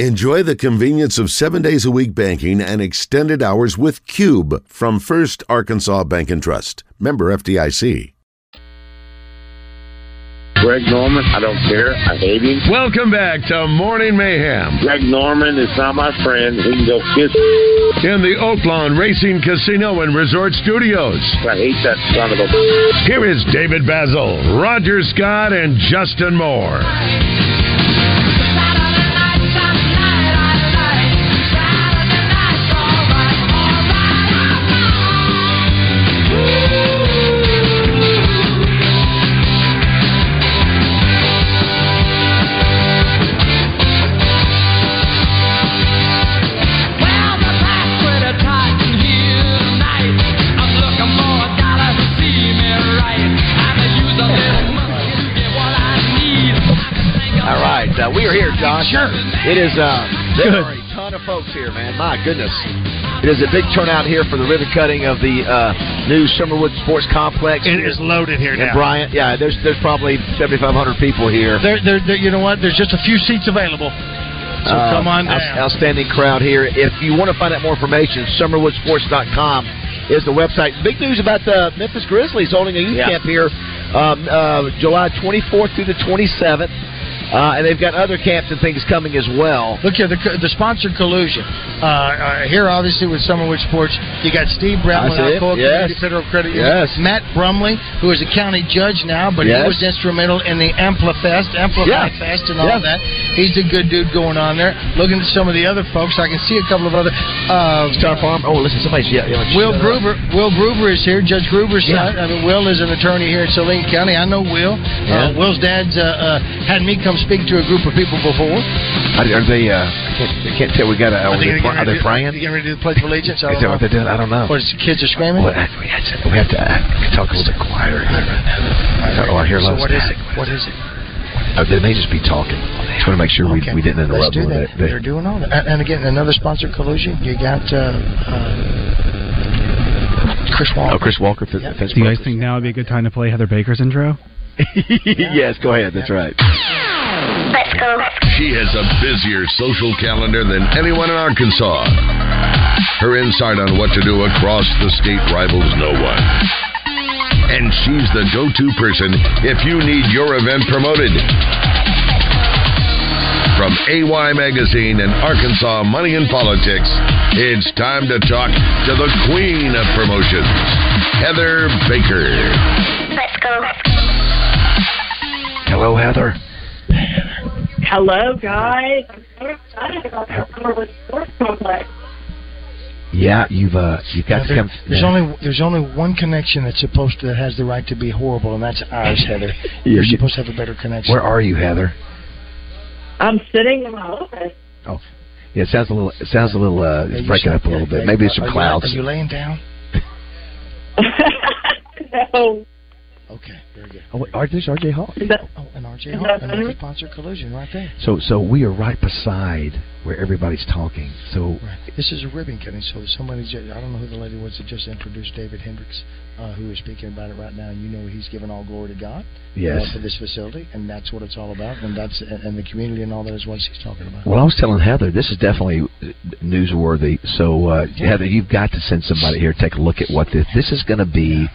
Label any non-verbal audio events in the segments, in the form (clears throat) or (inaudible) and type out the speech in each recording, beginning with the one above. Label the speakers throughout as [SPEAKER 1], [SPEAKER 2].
[SPEAKER 1] Enjoy the convenience of seven days a week banking and extended hours with Cube from First Arkansas Bank and Trust. Member FDIC.
[SPEAKER 2] Greg Norman, I don't care. I hate him.
[SPEAKER 1] Welcome back to Morning Mayhem.
[SPEAKER 2] Greg Norman is not my friend. He can go kiss.
[SPEAKER 1] In the Oaklawn Racing Casino and Resort Studios.
[SPEAKER 2] I hate that son of a.
[SPEAKER 1] Here is David Basil, Roger Scott, and Justin Moore.
[SPEAKER 3] All right, uh, we are here, Josh.
[SPEAKER 4] Sure.
[SPEAKER 3] It is. Uh, there
[SPEAKER 4] Good.
[SPEAKER 3] are a ton of folks here, man. My goodness, it is a big turnout here for the ribbon cutting of the uh, new Summerwood Sports Complex.
[SPEAKER 4] It is loaded here
[SPEAKER 3] in
[SPEAKER 4] now.
[SPEAKER 3] Bryant. Yeah, there's there's probably 7,500 people here.
[SPEAKER 4] There, there, there, you know what? There's just a few seats available. So
[SPEAKER 3] Uh,
[SPEAKER 4] come on
[SPEAKER 3] outs-
[SPEAKER 4] down.
[SPEAKER 3] Outstanding crowd here. If you want to find out more information, summerwoodsports.com is the website. Big news about the Memphis Grizzlies holding a youth
[SPEAKER 4] Yeah.
[SPEAKER 3] camp here um, uh, July 24th through the 27th. Uh, and they've got other camps and things coming as well.
[SPEAKER 4] Look here, the, the sponsor collusion. Uh, uh, here, obviously, with Summerwood Sports, you got Steve Brown with
[SPEAKER 3] That's it.
[SPEAKER 4] Alcoa Community
[SPEAKER 3] Yes.
[SPEAKER 4] Federal Credit
[SPEAKER 3] Yes.
[SPEAKER 4] Union, Matt Brumley, who is a county judge now, but
[SPEAKER 3] Yes.
[SPEAKER 4] he was instrumental in the Amplifest, Amplify
[SPEAKER 3] Yeah.
[SPEAKER 4] Fest, and all
[SPEAKER 3] Yeah.
[SPEAKER 4] that. He's a good dude going on there. Looking at some of the other folks, I can see a couple of other. Uh,
[SPEAKER 3] Star Farm. Oh, listen, somebody's yeah. yeah
[SPEAKER 4] Will Gruber, Will Gruber is here. Judge Gruber's
[SPEAKER 3] Yeah.
[SPEAKER 4] son. I mean, Will is an attorney here in Saline County. I know Will.
[SPEAKER 3] Yeah.
[SPEAKER 4] Uh, Will's dad's uh, uh, had me come speak to a group of people before.
[SPEAKER 3] Are, are they? Uh, I, can't, I can't tell. We got. A, are,
[SPEAKER 4] Are they
[SPEAKER 3] they,
[SPEAKER 4] gonna get
[SPEAKER 3] are they
[SPEAKER 4] ready-
[SPEAKER 3] praying?
[SPEAKER 4] You getting ready to do the Pledge of Allegiance? I
[SPEAKER 3] Is
[SPEAKER 4] don't
[SPEAKER 3] that what
[SPEAKER 4] know.
[SPEAKER 3] they're doing? I don't know.
[SPEAKER 4] What, is the kids are screaming?
[SPEAKER 3] Well, I- we had to- we have to uh, talk a little bit quieter. Oh, I hear
[SPEAKER 4] so
[SPEAKER 3] lots
[SPEAKER 4] what
[SPEAKER 3] of
[SPEAKER 4] is it? What is it?
[SPEAKER 3] Oh, they may just be talking. I just want to make sure
[SPEAKER 4] Okay.
[SPEAKER 3] we, we didn't interrupt
[SPEAKER 4] Let's do
[SPEAKER 3] them.
[SPEAKER 4] that.
[SPEAKER 3] They-
[SPEAKER 4] They're doing all that. And, and again, another sponsor collusion. You got uh, uh, Chris Wall.
[SPEAKER 3] oh, Chris Walker. Fence, fence
[SPEAKER 5] Do you guys
[SPEAKER 3] broker.
[SPEAKER 5] think now would be a good time to play Heather Baker's
[SPEAKER 3] (laughs)
[SPEAKER 5] intro?
[SPEAKER 3] yes, go ahead. That's right.
[SPEAKER 6] Let's go.
[SPEAKER 1] She has a busier social calendar than anyone in Arkansas. Her insight on what to do across the state rivals no one. And she's the go to person if you need your event promoted. From AY Magazine and Arkansas Money and Politics, it's time to talk to the queen of promotions, Heather Baker.
[SPEAKER 6] Let's go.
[SPEAKER 3] Hello, Heather.
[SPEAKER 7] Hello, guys. I'm so excited about the Summerwood Sports Complex.
[SPEAKER 3] Yeah, you've uh, you've got to
[SPEAKER 4] Now, there-
[SPEAKER 3] come.
[SPEAKER 4] there's only there's only one connection that's supposed to that has the right to be horrible, and that's ours, Heather.
[SPEAKER 3] (laughs) Yeah,
[SPEAKER 4] You're
[SPEAKER 3] you-
[SPEAKER 4] supposed to have a better connection.
[SPEAKER 3] Where are you, Heather?
[SPEAKER 7] I'm sitting in my office.
[SPEAKER 3] Yeah, it sounds a little. It sounds a little. Uh,
[SPEAKER 4] Yeah,
[SPEAKER 3] it's
[SPEAKER 4] you
[SPEAKER 3] breaking
[SPEAKER 4] should-
[SPEAKER 3] up a little
[SPEAKER 4] yeah,
[SPEAKER 3] bit. Maybe it's
[SPEAKER 4] are
[SPEAKER 3] some
[SPEAKER 4] you-
[SPEAKER 3] clouds.
[SPEAKER 4] Are you laying down?
[SPEAKER 7] (laughs) no,
[SPEAKER 4] Okay, very good.
[SPEAKER 3] Oh, wait, are- there's RJ Hall.
[SPEAKER 7] that-
[SPEAKER 4] Oh, and RJ
[SPEAKER 7] Is
[SPEAKER 4] Hall,
[SPEAKER 7] that
[SPEAKER 4] another
[SPEAKER 7] better?
[SPEAKER 4] sponsor collusion right there.
[SPEAKER 3] So, so we are right beside where everybody's talking. So,
[SPEAKER 4] Right. This is a ribbon cutting, so somebody, ju- I don't know who the lady was that just introduced David Hendricks, uh, who is speaking about it right now. You know he's given all glory to God uh,
[SPEAKER 3] yes.
[SPEAKER 4] for this facility, and that's what it's all about, and that's and, and the community and all that is what she's talking about.
[SPEAKER 3] Well, I was telling Heather, this is definitely uh, newsworthy. So, uh, Heather, you've got to send somebody here to take a look at what this. This is going to be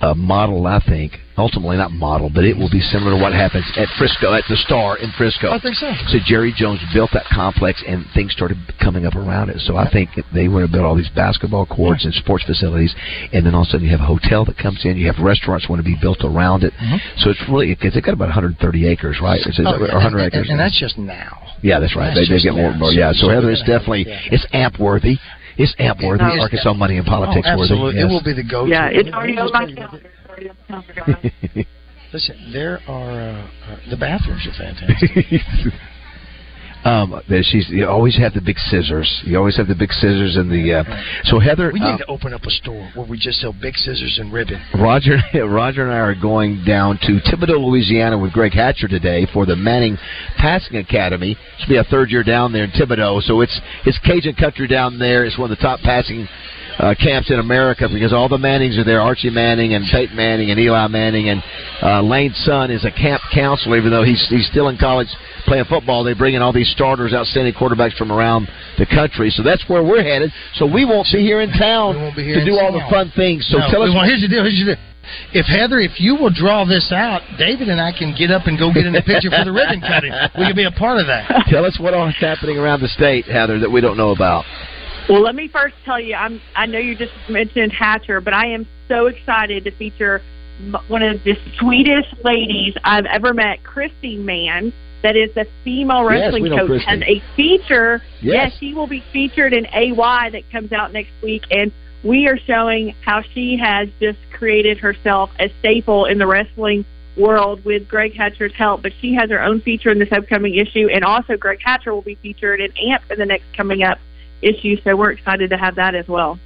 [SPEAKER 3] a model, I think. Ultimately, not model, but it will be similar to what happens at Frisco, at the Star in Frisco.
[SPEAKER 4] I think so.
[SPEAKER 3] So Jerry Jones built that complex, and things started coming up around it. So I think that they want to build all these basketball courts and sports facilities, and then all of a sudden you have a hotel that comes in. You have restaurants want to be built around it. So it's really because they've got about 130 acres, right? Is it-
[SPEAKER 4] Oh,
[SPEAKER 3] or 100
[SPEAKER 4] and- (laughs) and,
[SPEAKER 3] acres.
[SPEAKER 4] and that's just now.
[SPEAKER 3] Yeah, that's right.
[SPEAKER 4] That's
[SPEAKER 3] they they
[SPEAKER 4] just
[SPEAKER 3] get more and more. Yeah.
[SPEAKER 4] now.
[SPEAKER 3] So
[SPEAKER 4] So
[SPEAKER 3] Heather, it's
[SPEAKER 4] we're gonna have-
[SPEAKER 3] definitely
[SPEAKER 4] yeah.
[SPEAKER 3] it's amp worthy. It's amp worthy.
[SPEAKER 7] No, it's
[SPEAKER 3] Arkansas money and politics
[SPEAKER 4] oh,
[SPEAKER 3] worthy.
[SPEAKER 4] absolutely.
[SPEAKER 3] Yes.
[SPEAKER 4] It will be the go-to.
[SPEAKER 7] yeah, it's
[SPEAKER 4] Let
[SPEAKER 7] already
[SPEAKER 4] me
[SPEAKER 7] on
[SPEAKER 4] just
[SPEAKER 7] my
[SPEAKER 4] tell you that-
[SPEAKER 7] calendar. It's already on my calendar, guys.
[SPEAKER 4] Listen, there are uh, uh, the bathrooms are fantastic.
[SPEAKER 3] (laughs) um, that she's you always have the big scissors. You always have the big scissors and the. Uh, so Heather,
[SPEAKER 4] we need
[SPEAKER 3] um,
[SPEAKER 4] to open up a store where we just sell big scissors and ribbon.
[SPEAKER 3] Roger, (laughs) Roger and I are going down to Thibodeau, Louisiana, with Greg Hatcher today for the Manning Passing Academy. This will be our third year down there in Thibodeau, so it's it's Cajun country down there. It's one of the top passing uh, camps in America because all the Mannings are there. Archie Manning and Peyton Manning and Eli Manning and uh, Lane's son is a camp counselor, even though he's he's still in college playing football. They bring in all these starters, outstanding quarterbacks from around the country. So that's where we're headed. So we won't be here in town
[SPEAKER 4] We won't be here
[SPEAKER 3] to
[SPEAKER 4] in
[SPEAKER 3] do all the
[SPEAKER 4] town.
[SPEAKER 3] fun things. So
[SPEAKER 4] No,
[SPEAKER 3] tell
[SPEAKER 4] we
[SPEAKER 3] us.
[SPEAKER 4] won't. here's the deal. Here's the deal. If Heather, if you will draw this out, David and I can get up and go get in the picture for the ribbon cutting. We can be a part of that.
[SPEAKER 3] Tell us what all is happening around the state, Heather, that we don't know about.
[SPEAKER 8] Well, let me first tell you, I'm. I know you just mentioned Hatcher, but I am so excited to feature m- one of the sweetest ladies I've ever met, Christy Mann. That is the female
[SPEAKER 7] Yes,
[SPEAKER 8] wrestling
[SPEAKER 7] we know
[SPEAKER 8] coach
[SPEAKER 7] Christy.
[SPEAKER 8] has a feature.
[SPEAKER 7] Yes.
[SPEAKER 8] she will be featured in AY that comes out next week, and we are showing how she has just created herself a staple in the wrestling world with Greg Hatcher's help. But she has her own feature in this upcoming issue, and also Greg Hatcher will be featured in AMP in the next coming up issue, so we're excited to have that as well.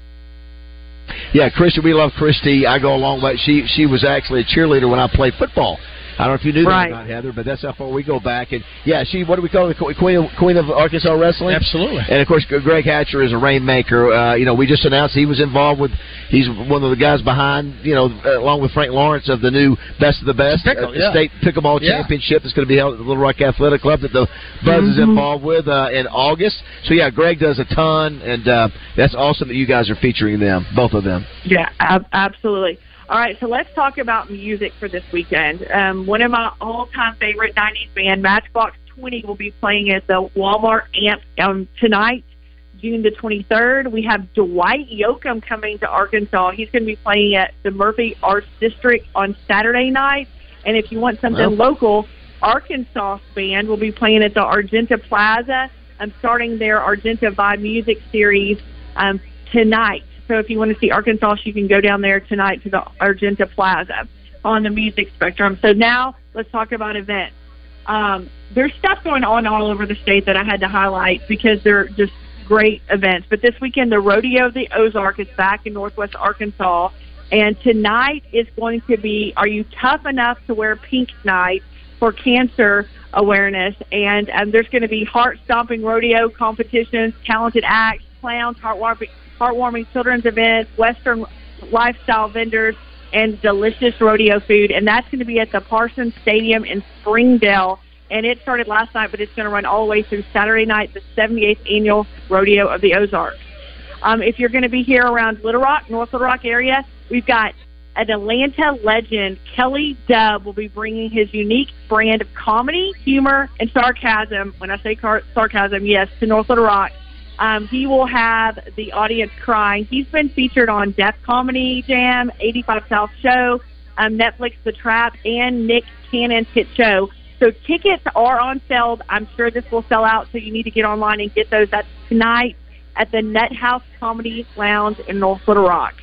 [SPEAKER 3] Yeah, Christy, we love Christy. I go along with she. She was actually a cheerleader when I played football. I don't know if you knew
[SPEAKER 9] Right.
[SPEAKER 3] that or not, Heather, but that's how far we go back. And yeah, she what do we call her? The queen of, queen of Arkansas wrestling.
[SPEAKER 4] Absolutely.
[SPEAKER 3] And of course, Greg Hatcher is a rainmaker. Uh, you know, we just announced he was involved with. He's one of the guys behind. You know, along with Frank Lawrence of the new Best of the Best
[SPEAKER 4] Pickle,
[SPEAKER 3] uh,
[SPEAKER 4] yeah.
[SPEAKER 3] state pickleball
[SPEAKER 4] Yeah.
[SPEAKER 3] championship that's going to be held at the Little Rock Athletic Club that the Buzz is involved with uh, in August. So yeah, Greg does a ton, and uh, that's awesome that you guys are featuring them, both of them.
[SPEAKER 8] Yeah, ab- absolutely. All right, so let's talk about music for this weekend. Um, one of my all-time favorite '90s band, Matchbox Twenty, will be playing at the Walmart Amp um, tonight, June the 23rd. We have Dwight Yoakam coming to Arkansas. He's going to be playing at the Murphy Arts District on Saturday night. And if you want something
[SPEAKER 10] Wow.
[SPEAKER 8] local, Arkansas band will be playing at the Argenta Plaza. I'm starting their Argenta Vibe Music Series um, tonight. So if you want to see Arkansas, you can go down there tonight to the Argenta Plaza on the music spectrum. So now let's talk about events. Um, there's stuff going on all over the state that I had to highlight because they're just great events. But this weekend, the Rodeo of the Ozark is back in Northwest Arkansas. And tonight is going to be Are You Tough Enough to Wear Pink Night for Cancer Awareness? And um, there's going to be heart stomping rodeo competitions, talented acts, clowns, heartwarming, heartwarming children's events, Western lifestyle vendors, and delicious rodeo food. And that's going to be at the Parsons Stadium in Springdale. And it started last night, but it's going to run all the way through Saturday night, the 78th annual Rodeo of the Ozarks. Um, if you're going to be here around Little Rock, North Little Rock area, we've got an Atlanta legend, Kelly Dubb, will be bringing his unique brand of comedy, humor, and sarcasm. When I say car- sarcasm, yes, to North Little Rock. Um, he will have the audience crying. He's been featured on Deaf Comedy Jam, 85 South Show, um, Netflix The Trap, and Nick Cannon's hit show. So tickets are on sale. I'm sure this will sell out, so you need to get online and get those. That's tonight at the Nut House Comedy Lounge in North Little Rock.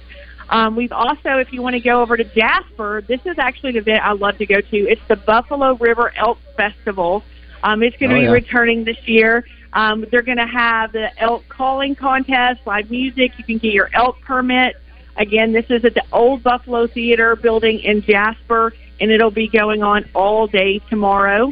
[SPEAKER 8] Um, we've also, if you want to go over to Jasper, this is actually an event I love to go to. It's the Buffalo River Elk Festival. Um, it's going to
[SPEAKER 11] Oh,
[SPEAKER 8] be
[SPEAKER 11] yeah.
[SPEAKER 8] returning this year. Um, they're going to have the elk calling contest, live music. You can get your elk permit. Again, this is at the Old Buffalo Theater building in Jasper, and it'll be going on all day tomorrow.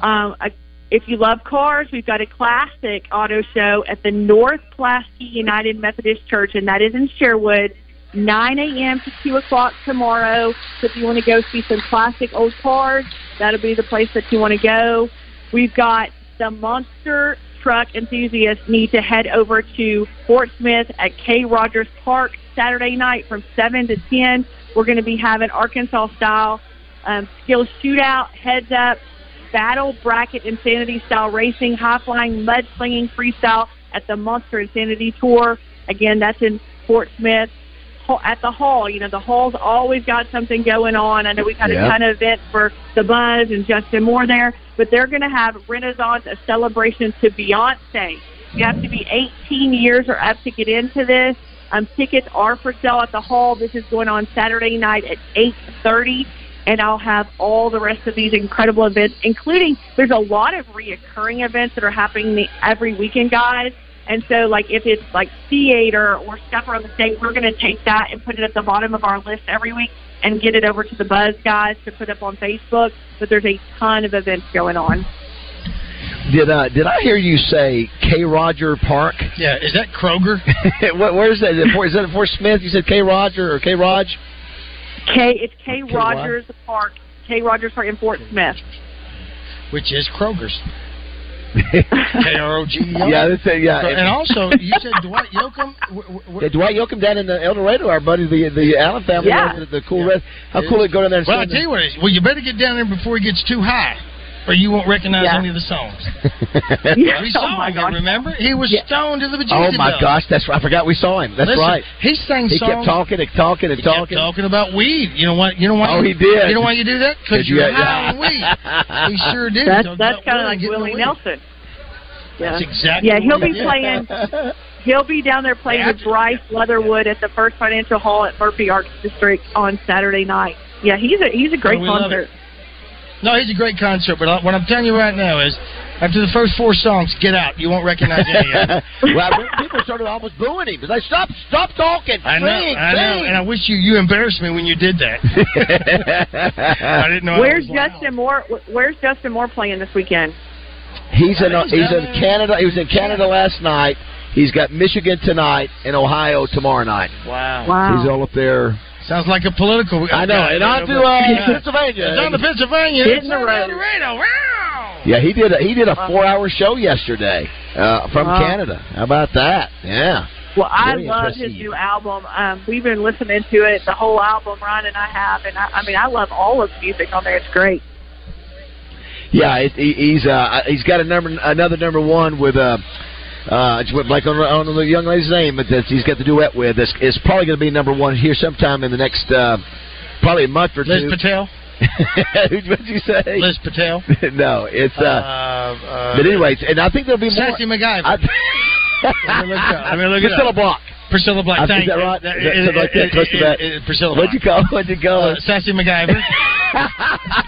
[SPEAKER 8] Um, I- if you love cars, we've got a classic auto show at the North Plasky United Methodist Church, and that is in Sherwood, 9 a.m. to 2 o'clock tomorrow. So if you want to go see some classic old cars, that'll be the place that you want to go. We've got the monster truck enthusiasts need to head over to Fort Smith at K. Rogers Park Saturday night from 7 to 10. We're going to be having Arkansas style um, skill shootout, heads up, battle bracket insanity style racing, high flying, mud slinging freestyle at the Monster Insanity Tour. Again, that's in Fort Smith Hall- at the hall. You know, the hall's always got something going on. I know we've had
[SPEAKER 11] Yeah.
[SPEAKER 8] a ton of events for the Buzz and Justin Moore there, but they're going to have Renaissance, a celebration to Beyonce. You have to be 18 years or up to get into this. Um, tickets are for sale at the hall. This is going on Saturday night at 8:30, and I'll have all the rest of these incredible events, including there's a lot of reoccurring events that are happening the, every weekend, guys. And so, like, if it's like theater or stuff around the state, we're going to take that and put it at the bottom of our list every week and get it over to the Buzz guys to put up on Facebook. But there's a ton of events going on.
[SPEAKER 3] Did uh, did I hear you say K. Roger Park?
[SPEAKER 4] Yeah, is that Kroger?
[SPEAKER 3] (laughs) what, where is that? Is it Fort- Is that at Fort Smith? You said K. Roger or K. Rog?
[SPEAKER 8] K. It's
[SPEAKER 3] K.
[SPEAKER 8] K.
[SPEAKER 3] Rod-
[SPEAKER 8] Rogers Park. K. Rogers Park in Fort Smith.
[SPEAKER 4] Which is
[SPEAKER 3] (laughs)
[SPEAKER 4] Kroger's. K R O G E
[SPEAKER 3] (laughs)
[SPEAKER 4] R.
[SPEAKER 3] Yeah, that's it, yeah.
[SPEAKER 4] And also, you said Dwight Yoakam. wh- wh-
[SPEAKER 3] (laughs)
[SPEAKER 4] wh-
[SPEAKER 3] Yeah, Dwight Yoakam down in the El Dorado, our buddy, the the Allen family,
[SPEAKER 4] Yeah.
[SPEAKER 3] the, the cool red. How cool it go down there and
[SPEAKER 4] Well, I
[SPEAKER 3] stand
[SPEAKER 4] tell you what. it is. Well, you better get down there before it gets too high, or you won't recognize any of
[SPEAKER 3] (laughs)
[SPEAKER 4] the songs.
[SPEAKER 3] there.
[SPEAKER 4] (laughs) We saw him. Remember, he was stoned to the
[SPEAKER 3] Oh
[SPEAKER 4] bejesus.
[SPEAKER 3] my gosh, that's right. I forgot we saw him. That's
[SPEAKER 4] Listen,
[SPEAKER 3] right.
[SPEAKER 4] He sang
[SPEAKER 3] He kept
[SPEAKER 4] songs.
[SPEAKER 3] talking and talking and
[SPEAKER 4] He kept
[SPEAKER 3] talking.
[SPEAKER 4] talking about weed. You know what? You know why?
[SPEAKER 3] Oh, he did.
[SPEAKER 4] You know why you do that?
[SPEAKER 3] Did
[SPEAKER 4] Because
[SPEAKER 3] you-
[SPEAKER 4] you're
[SPEAKER 3] yeah. (laughs)
[SPEAKER 4] high on weed. He sure did.
[SPEAKER 8] That's,
[SPEAKER 4] Talked
[SPEAKER 8] that's
[SPEAKER 4] about
[SPEAKER 8] kind
[SPEAKER 4] weed,
[SPEAKER 8] of like
[SPEAKER 4] getting
[SPEAKER 8] Willie
[SPEAKER 4] weed.
[SPEAKER 8] Nelson. Yeah.
[SPEAKER 4] That's exactly
[SPEAKER 8] Yeah, he'll
[SPEAKER 4] what he
[SPEAKER 8] be
[SPEAKER 4] did.
[SPEAKER 8] playing.
[SPEAKER 4] (laughs)
[SPEAKER 8] He'll be down there playing with Bryce Leatherwood at the First Financial Hall at Murphy Arts District on Saturday night. Yeah, he's a he's a great
[SPEAKER 4] we love
[SPEAKER 8] concert.
[SPEAKER 4] No, he's a great concert, but I- what I'm telling you right now is, after the first four songs, get out. You won't recognize any of them.
[SPEAKER 3] (laughs) well, I- people started almost booing him. They stop, stop talking.
[SPEAKER 4] I know,
[SPEAKER 3] Sing,
[SPEAKER 4] I know,
[SPEAKER 3] sing."
[SPEAKER 4] and I wish you you embarrassed me when you did
[SPEAKER 3] (laughs)
[SPEAKER 4] that. I didn't know. I
[SPEAKER 8] Where's
[SPEAKER 4] was loud.
[SPEAKER 8] Justin Moore? Where's Justin Moore playing this weekend?
[SPEAKER 3] He's in
[SPEAKER 4] He's
[SPEAKER 3] he's
[SPEAKER 4] down
[SPEAKER 3] in
[SPEAKER 4] there.
[SPEAKER 3] Canada. He was in Canada last night. He's got Michigan tonight and Ohio tomorrow night.
[SPEAKER 4] Wow.
[SPEAKER 3] He's all up there.
[SPEAKER 4] Sounds like a political.
[SPEAKER 3] I know, and on to
[SPEAKER 4] Yeah.
[SPEAKER 3] uh, Pennsylvania.
[SPEAKER 4] It's on to Pennsylvania.
[SPEAKER 8] Hit
[SPEAKER 4] It's
[SPEAKER 8] the
[SPEAKER 4] on
[SPEAKER 8] road.
[SPEAKER 4] the
[SPEAKER 3] (laughs)
[SPEAKER 4] radio. Wow.
[SPEAKER 3] Yeah, he did. A, he did a four-hour show yesterday uh, from Canada. How about that? Yeah.
[SPEAKER 8] Well, I
[SPEAKER 3] Very
[SPEAKER 8] love his
[SPEAKER 3] impressive.
[SPEAKER 8] new album. Um, we've been listening to it, the whole album, Ryan and I have, and I, I mean, I love all of the music on there. It's great.
[SPEAKER 3] Yeah, it, he, he's uh, he's got a number another number one with uh, uh, it's with- like on, on the young lady's name that that's- he's got the duet with. It's, it's probably going to be number one here sometime in the next uh, probably a month or
[SPEAKER 4] Liz
[SPEAKER 3] two.
[SPEAKER 4] Patel.
[SPEAKER 3] (laughs) What'd you say?
[SPEAKER 4] Liz Patel.
[SPEAKER 3] (laughs) no, it's.
[SPEAKER 4] Uh,
[SPEAKER 3] Uh,
[SPEAKER 4] uh,
[SPEAKER 3] but anyways, and I think there'll be more.
[SPEAKER 4] Sassy MacGyver.
[SPEAKER 3] I,
[SPEAKER 4] Let me look it up. Let me look it
[SPEAKER 3] Priscilla
[SPEAKER 4] up.
[SPEAKER 3] Block.
[SPEAKER 4] Priscilla Black.
[SPEAKER 3] Uh, is
[SPEAKER 4] thank
[SPEAKER 3] that
[SPEAKER 4] you.
[SPEAKER 3] right? Is that
[SPEAKER 4] It- it-
[SPEAKER 3] something like that,
[SPEAKER 4] it-
[SPEAKER 3] close to
[SPEAKER 4] it-
[SPEAKER 3] that?
[SPEAKER 4] it- Priscilla
[SPEAKER 3] What'd you call?
[SPEAKER 4] Black.
[SPEAKER 3] What'd you call?
[SPEAKER 4] Uh, Sassy (laughs) MacGyver.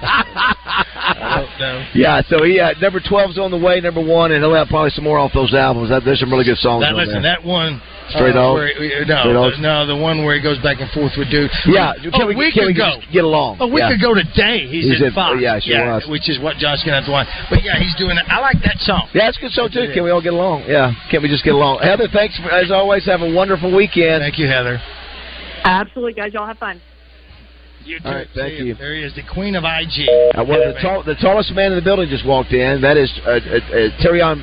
[SPEAKER 4] I
[SPEAKER 3] it?
[SPEAKER 4] don't know.
[SPEAKER 3] Yeah, so he uh, number twelve's on the way, number one, and he'll have probably some more off those albums. Uh, There's some really good songs.
[SPEAKER 4] That,
[SPEAKER 3] on
[SPEAKER 4] listen,
[SPEAKER 3] there.
[SPEAKER 4] that one.
[SPEAKER 3] Straight
[SPEAKER 4] uh,
[SPEAKER 3] Dogs?
[SPEAKER 4] where he- no, uh,
[SPEAKER 3] Straight Dogs?
[SPEAKER 4] no, the one where he goes back and forth with Oh, Duke.
[SPEAKER 3] yeah,
[SPEAKER 4] a
[SPEAKER 3] can we,
[SPEAKER 4] week
[SPEAKER 3] can we
[SPEAKER 4] ago.
[SPEAKER 3] just get along?
[SPEAKER 4] A week
[SPEAKER 3] yeah.
[SPEAKER 4] ago today, he's,
[SPEAKER 3] He's
[SPEAKER 4] in
[SPEAKER 3] in- oh,
[SPEAKER 4] Fox.
[SPEAKER 3] yeah, sure was.
[SPEAKER 4] which is what John's gonna have to watch. But yeah, he's doing it. I like that song.
[SPEAKER 3] Yeah, that's a good song too. Can we all get along? Yeah, can we just get along? Heather, thanks for, as always. Have a wonderful weekend.
[SPEAKER 4] Thank you, Heather.
[SPEAKER 8] Absolutely, guys. Y'all have fun.
[SPEAKER 4] You
[SPEAKER 3] All right,
[SPEAKER 4] too.
[SPEAKER 3] thank
[SPEAKER 4] See,
[SPEAKER 3] you.
[SPEAKER 4] There he is, the queen of IG.
[SPEAKER 3] Uh, well, the, tall, the tallest man in the building just walked in. That is uh, uh, uh, Terion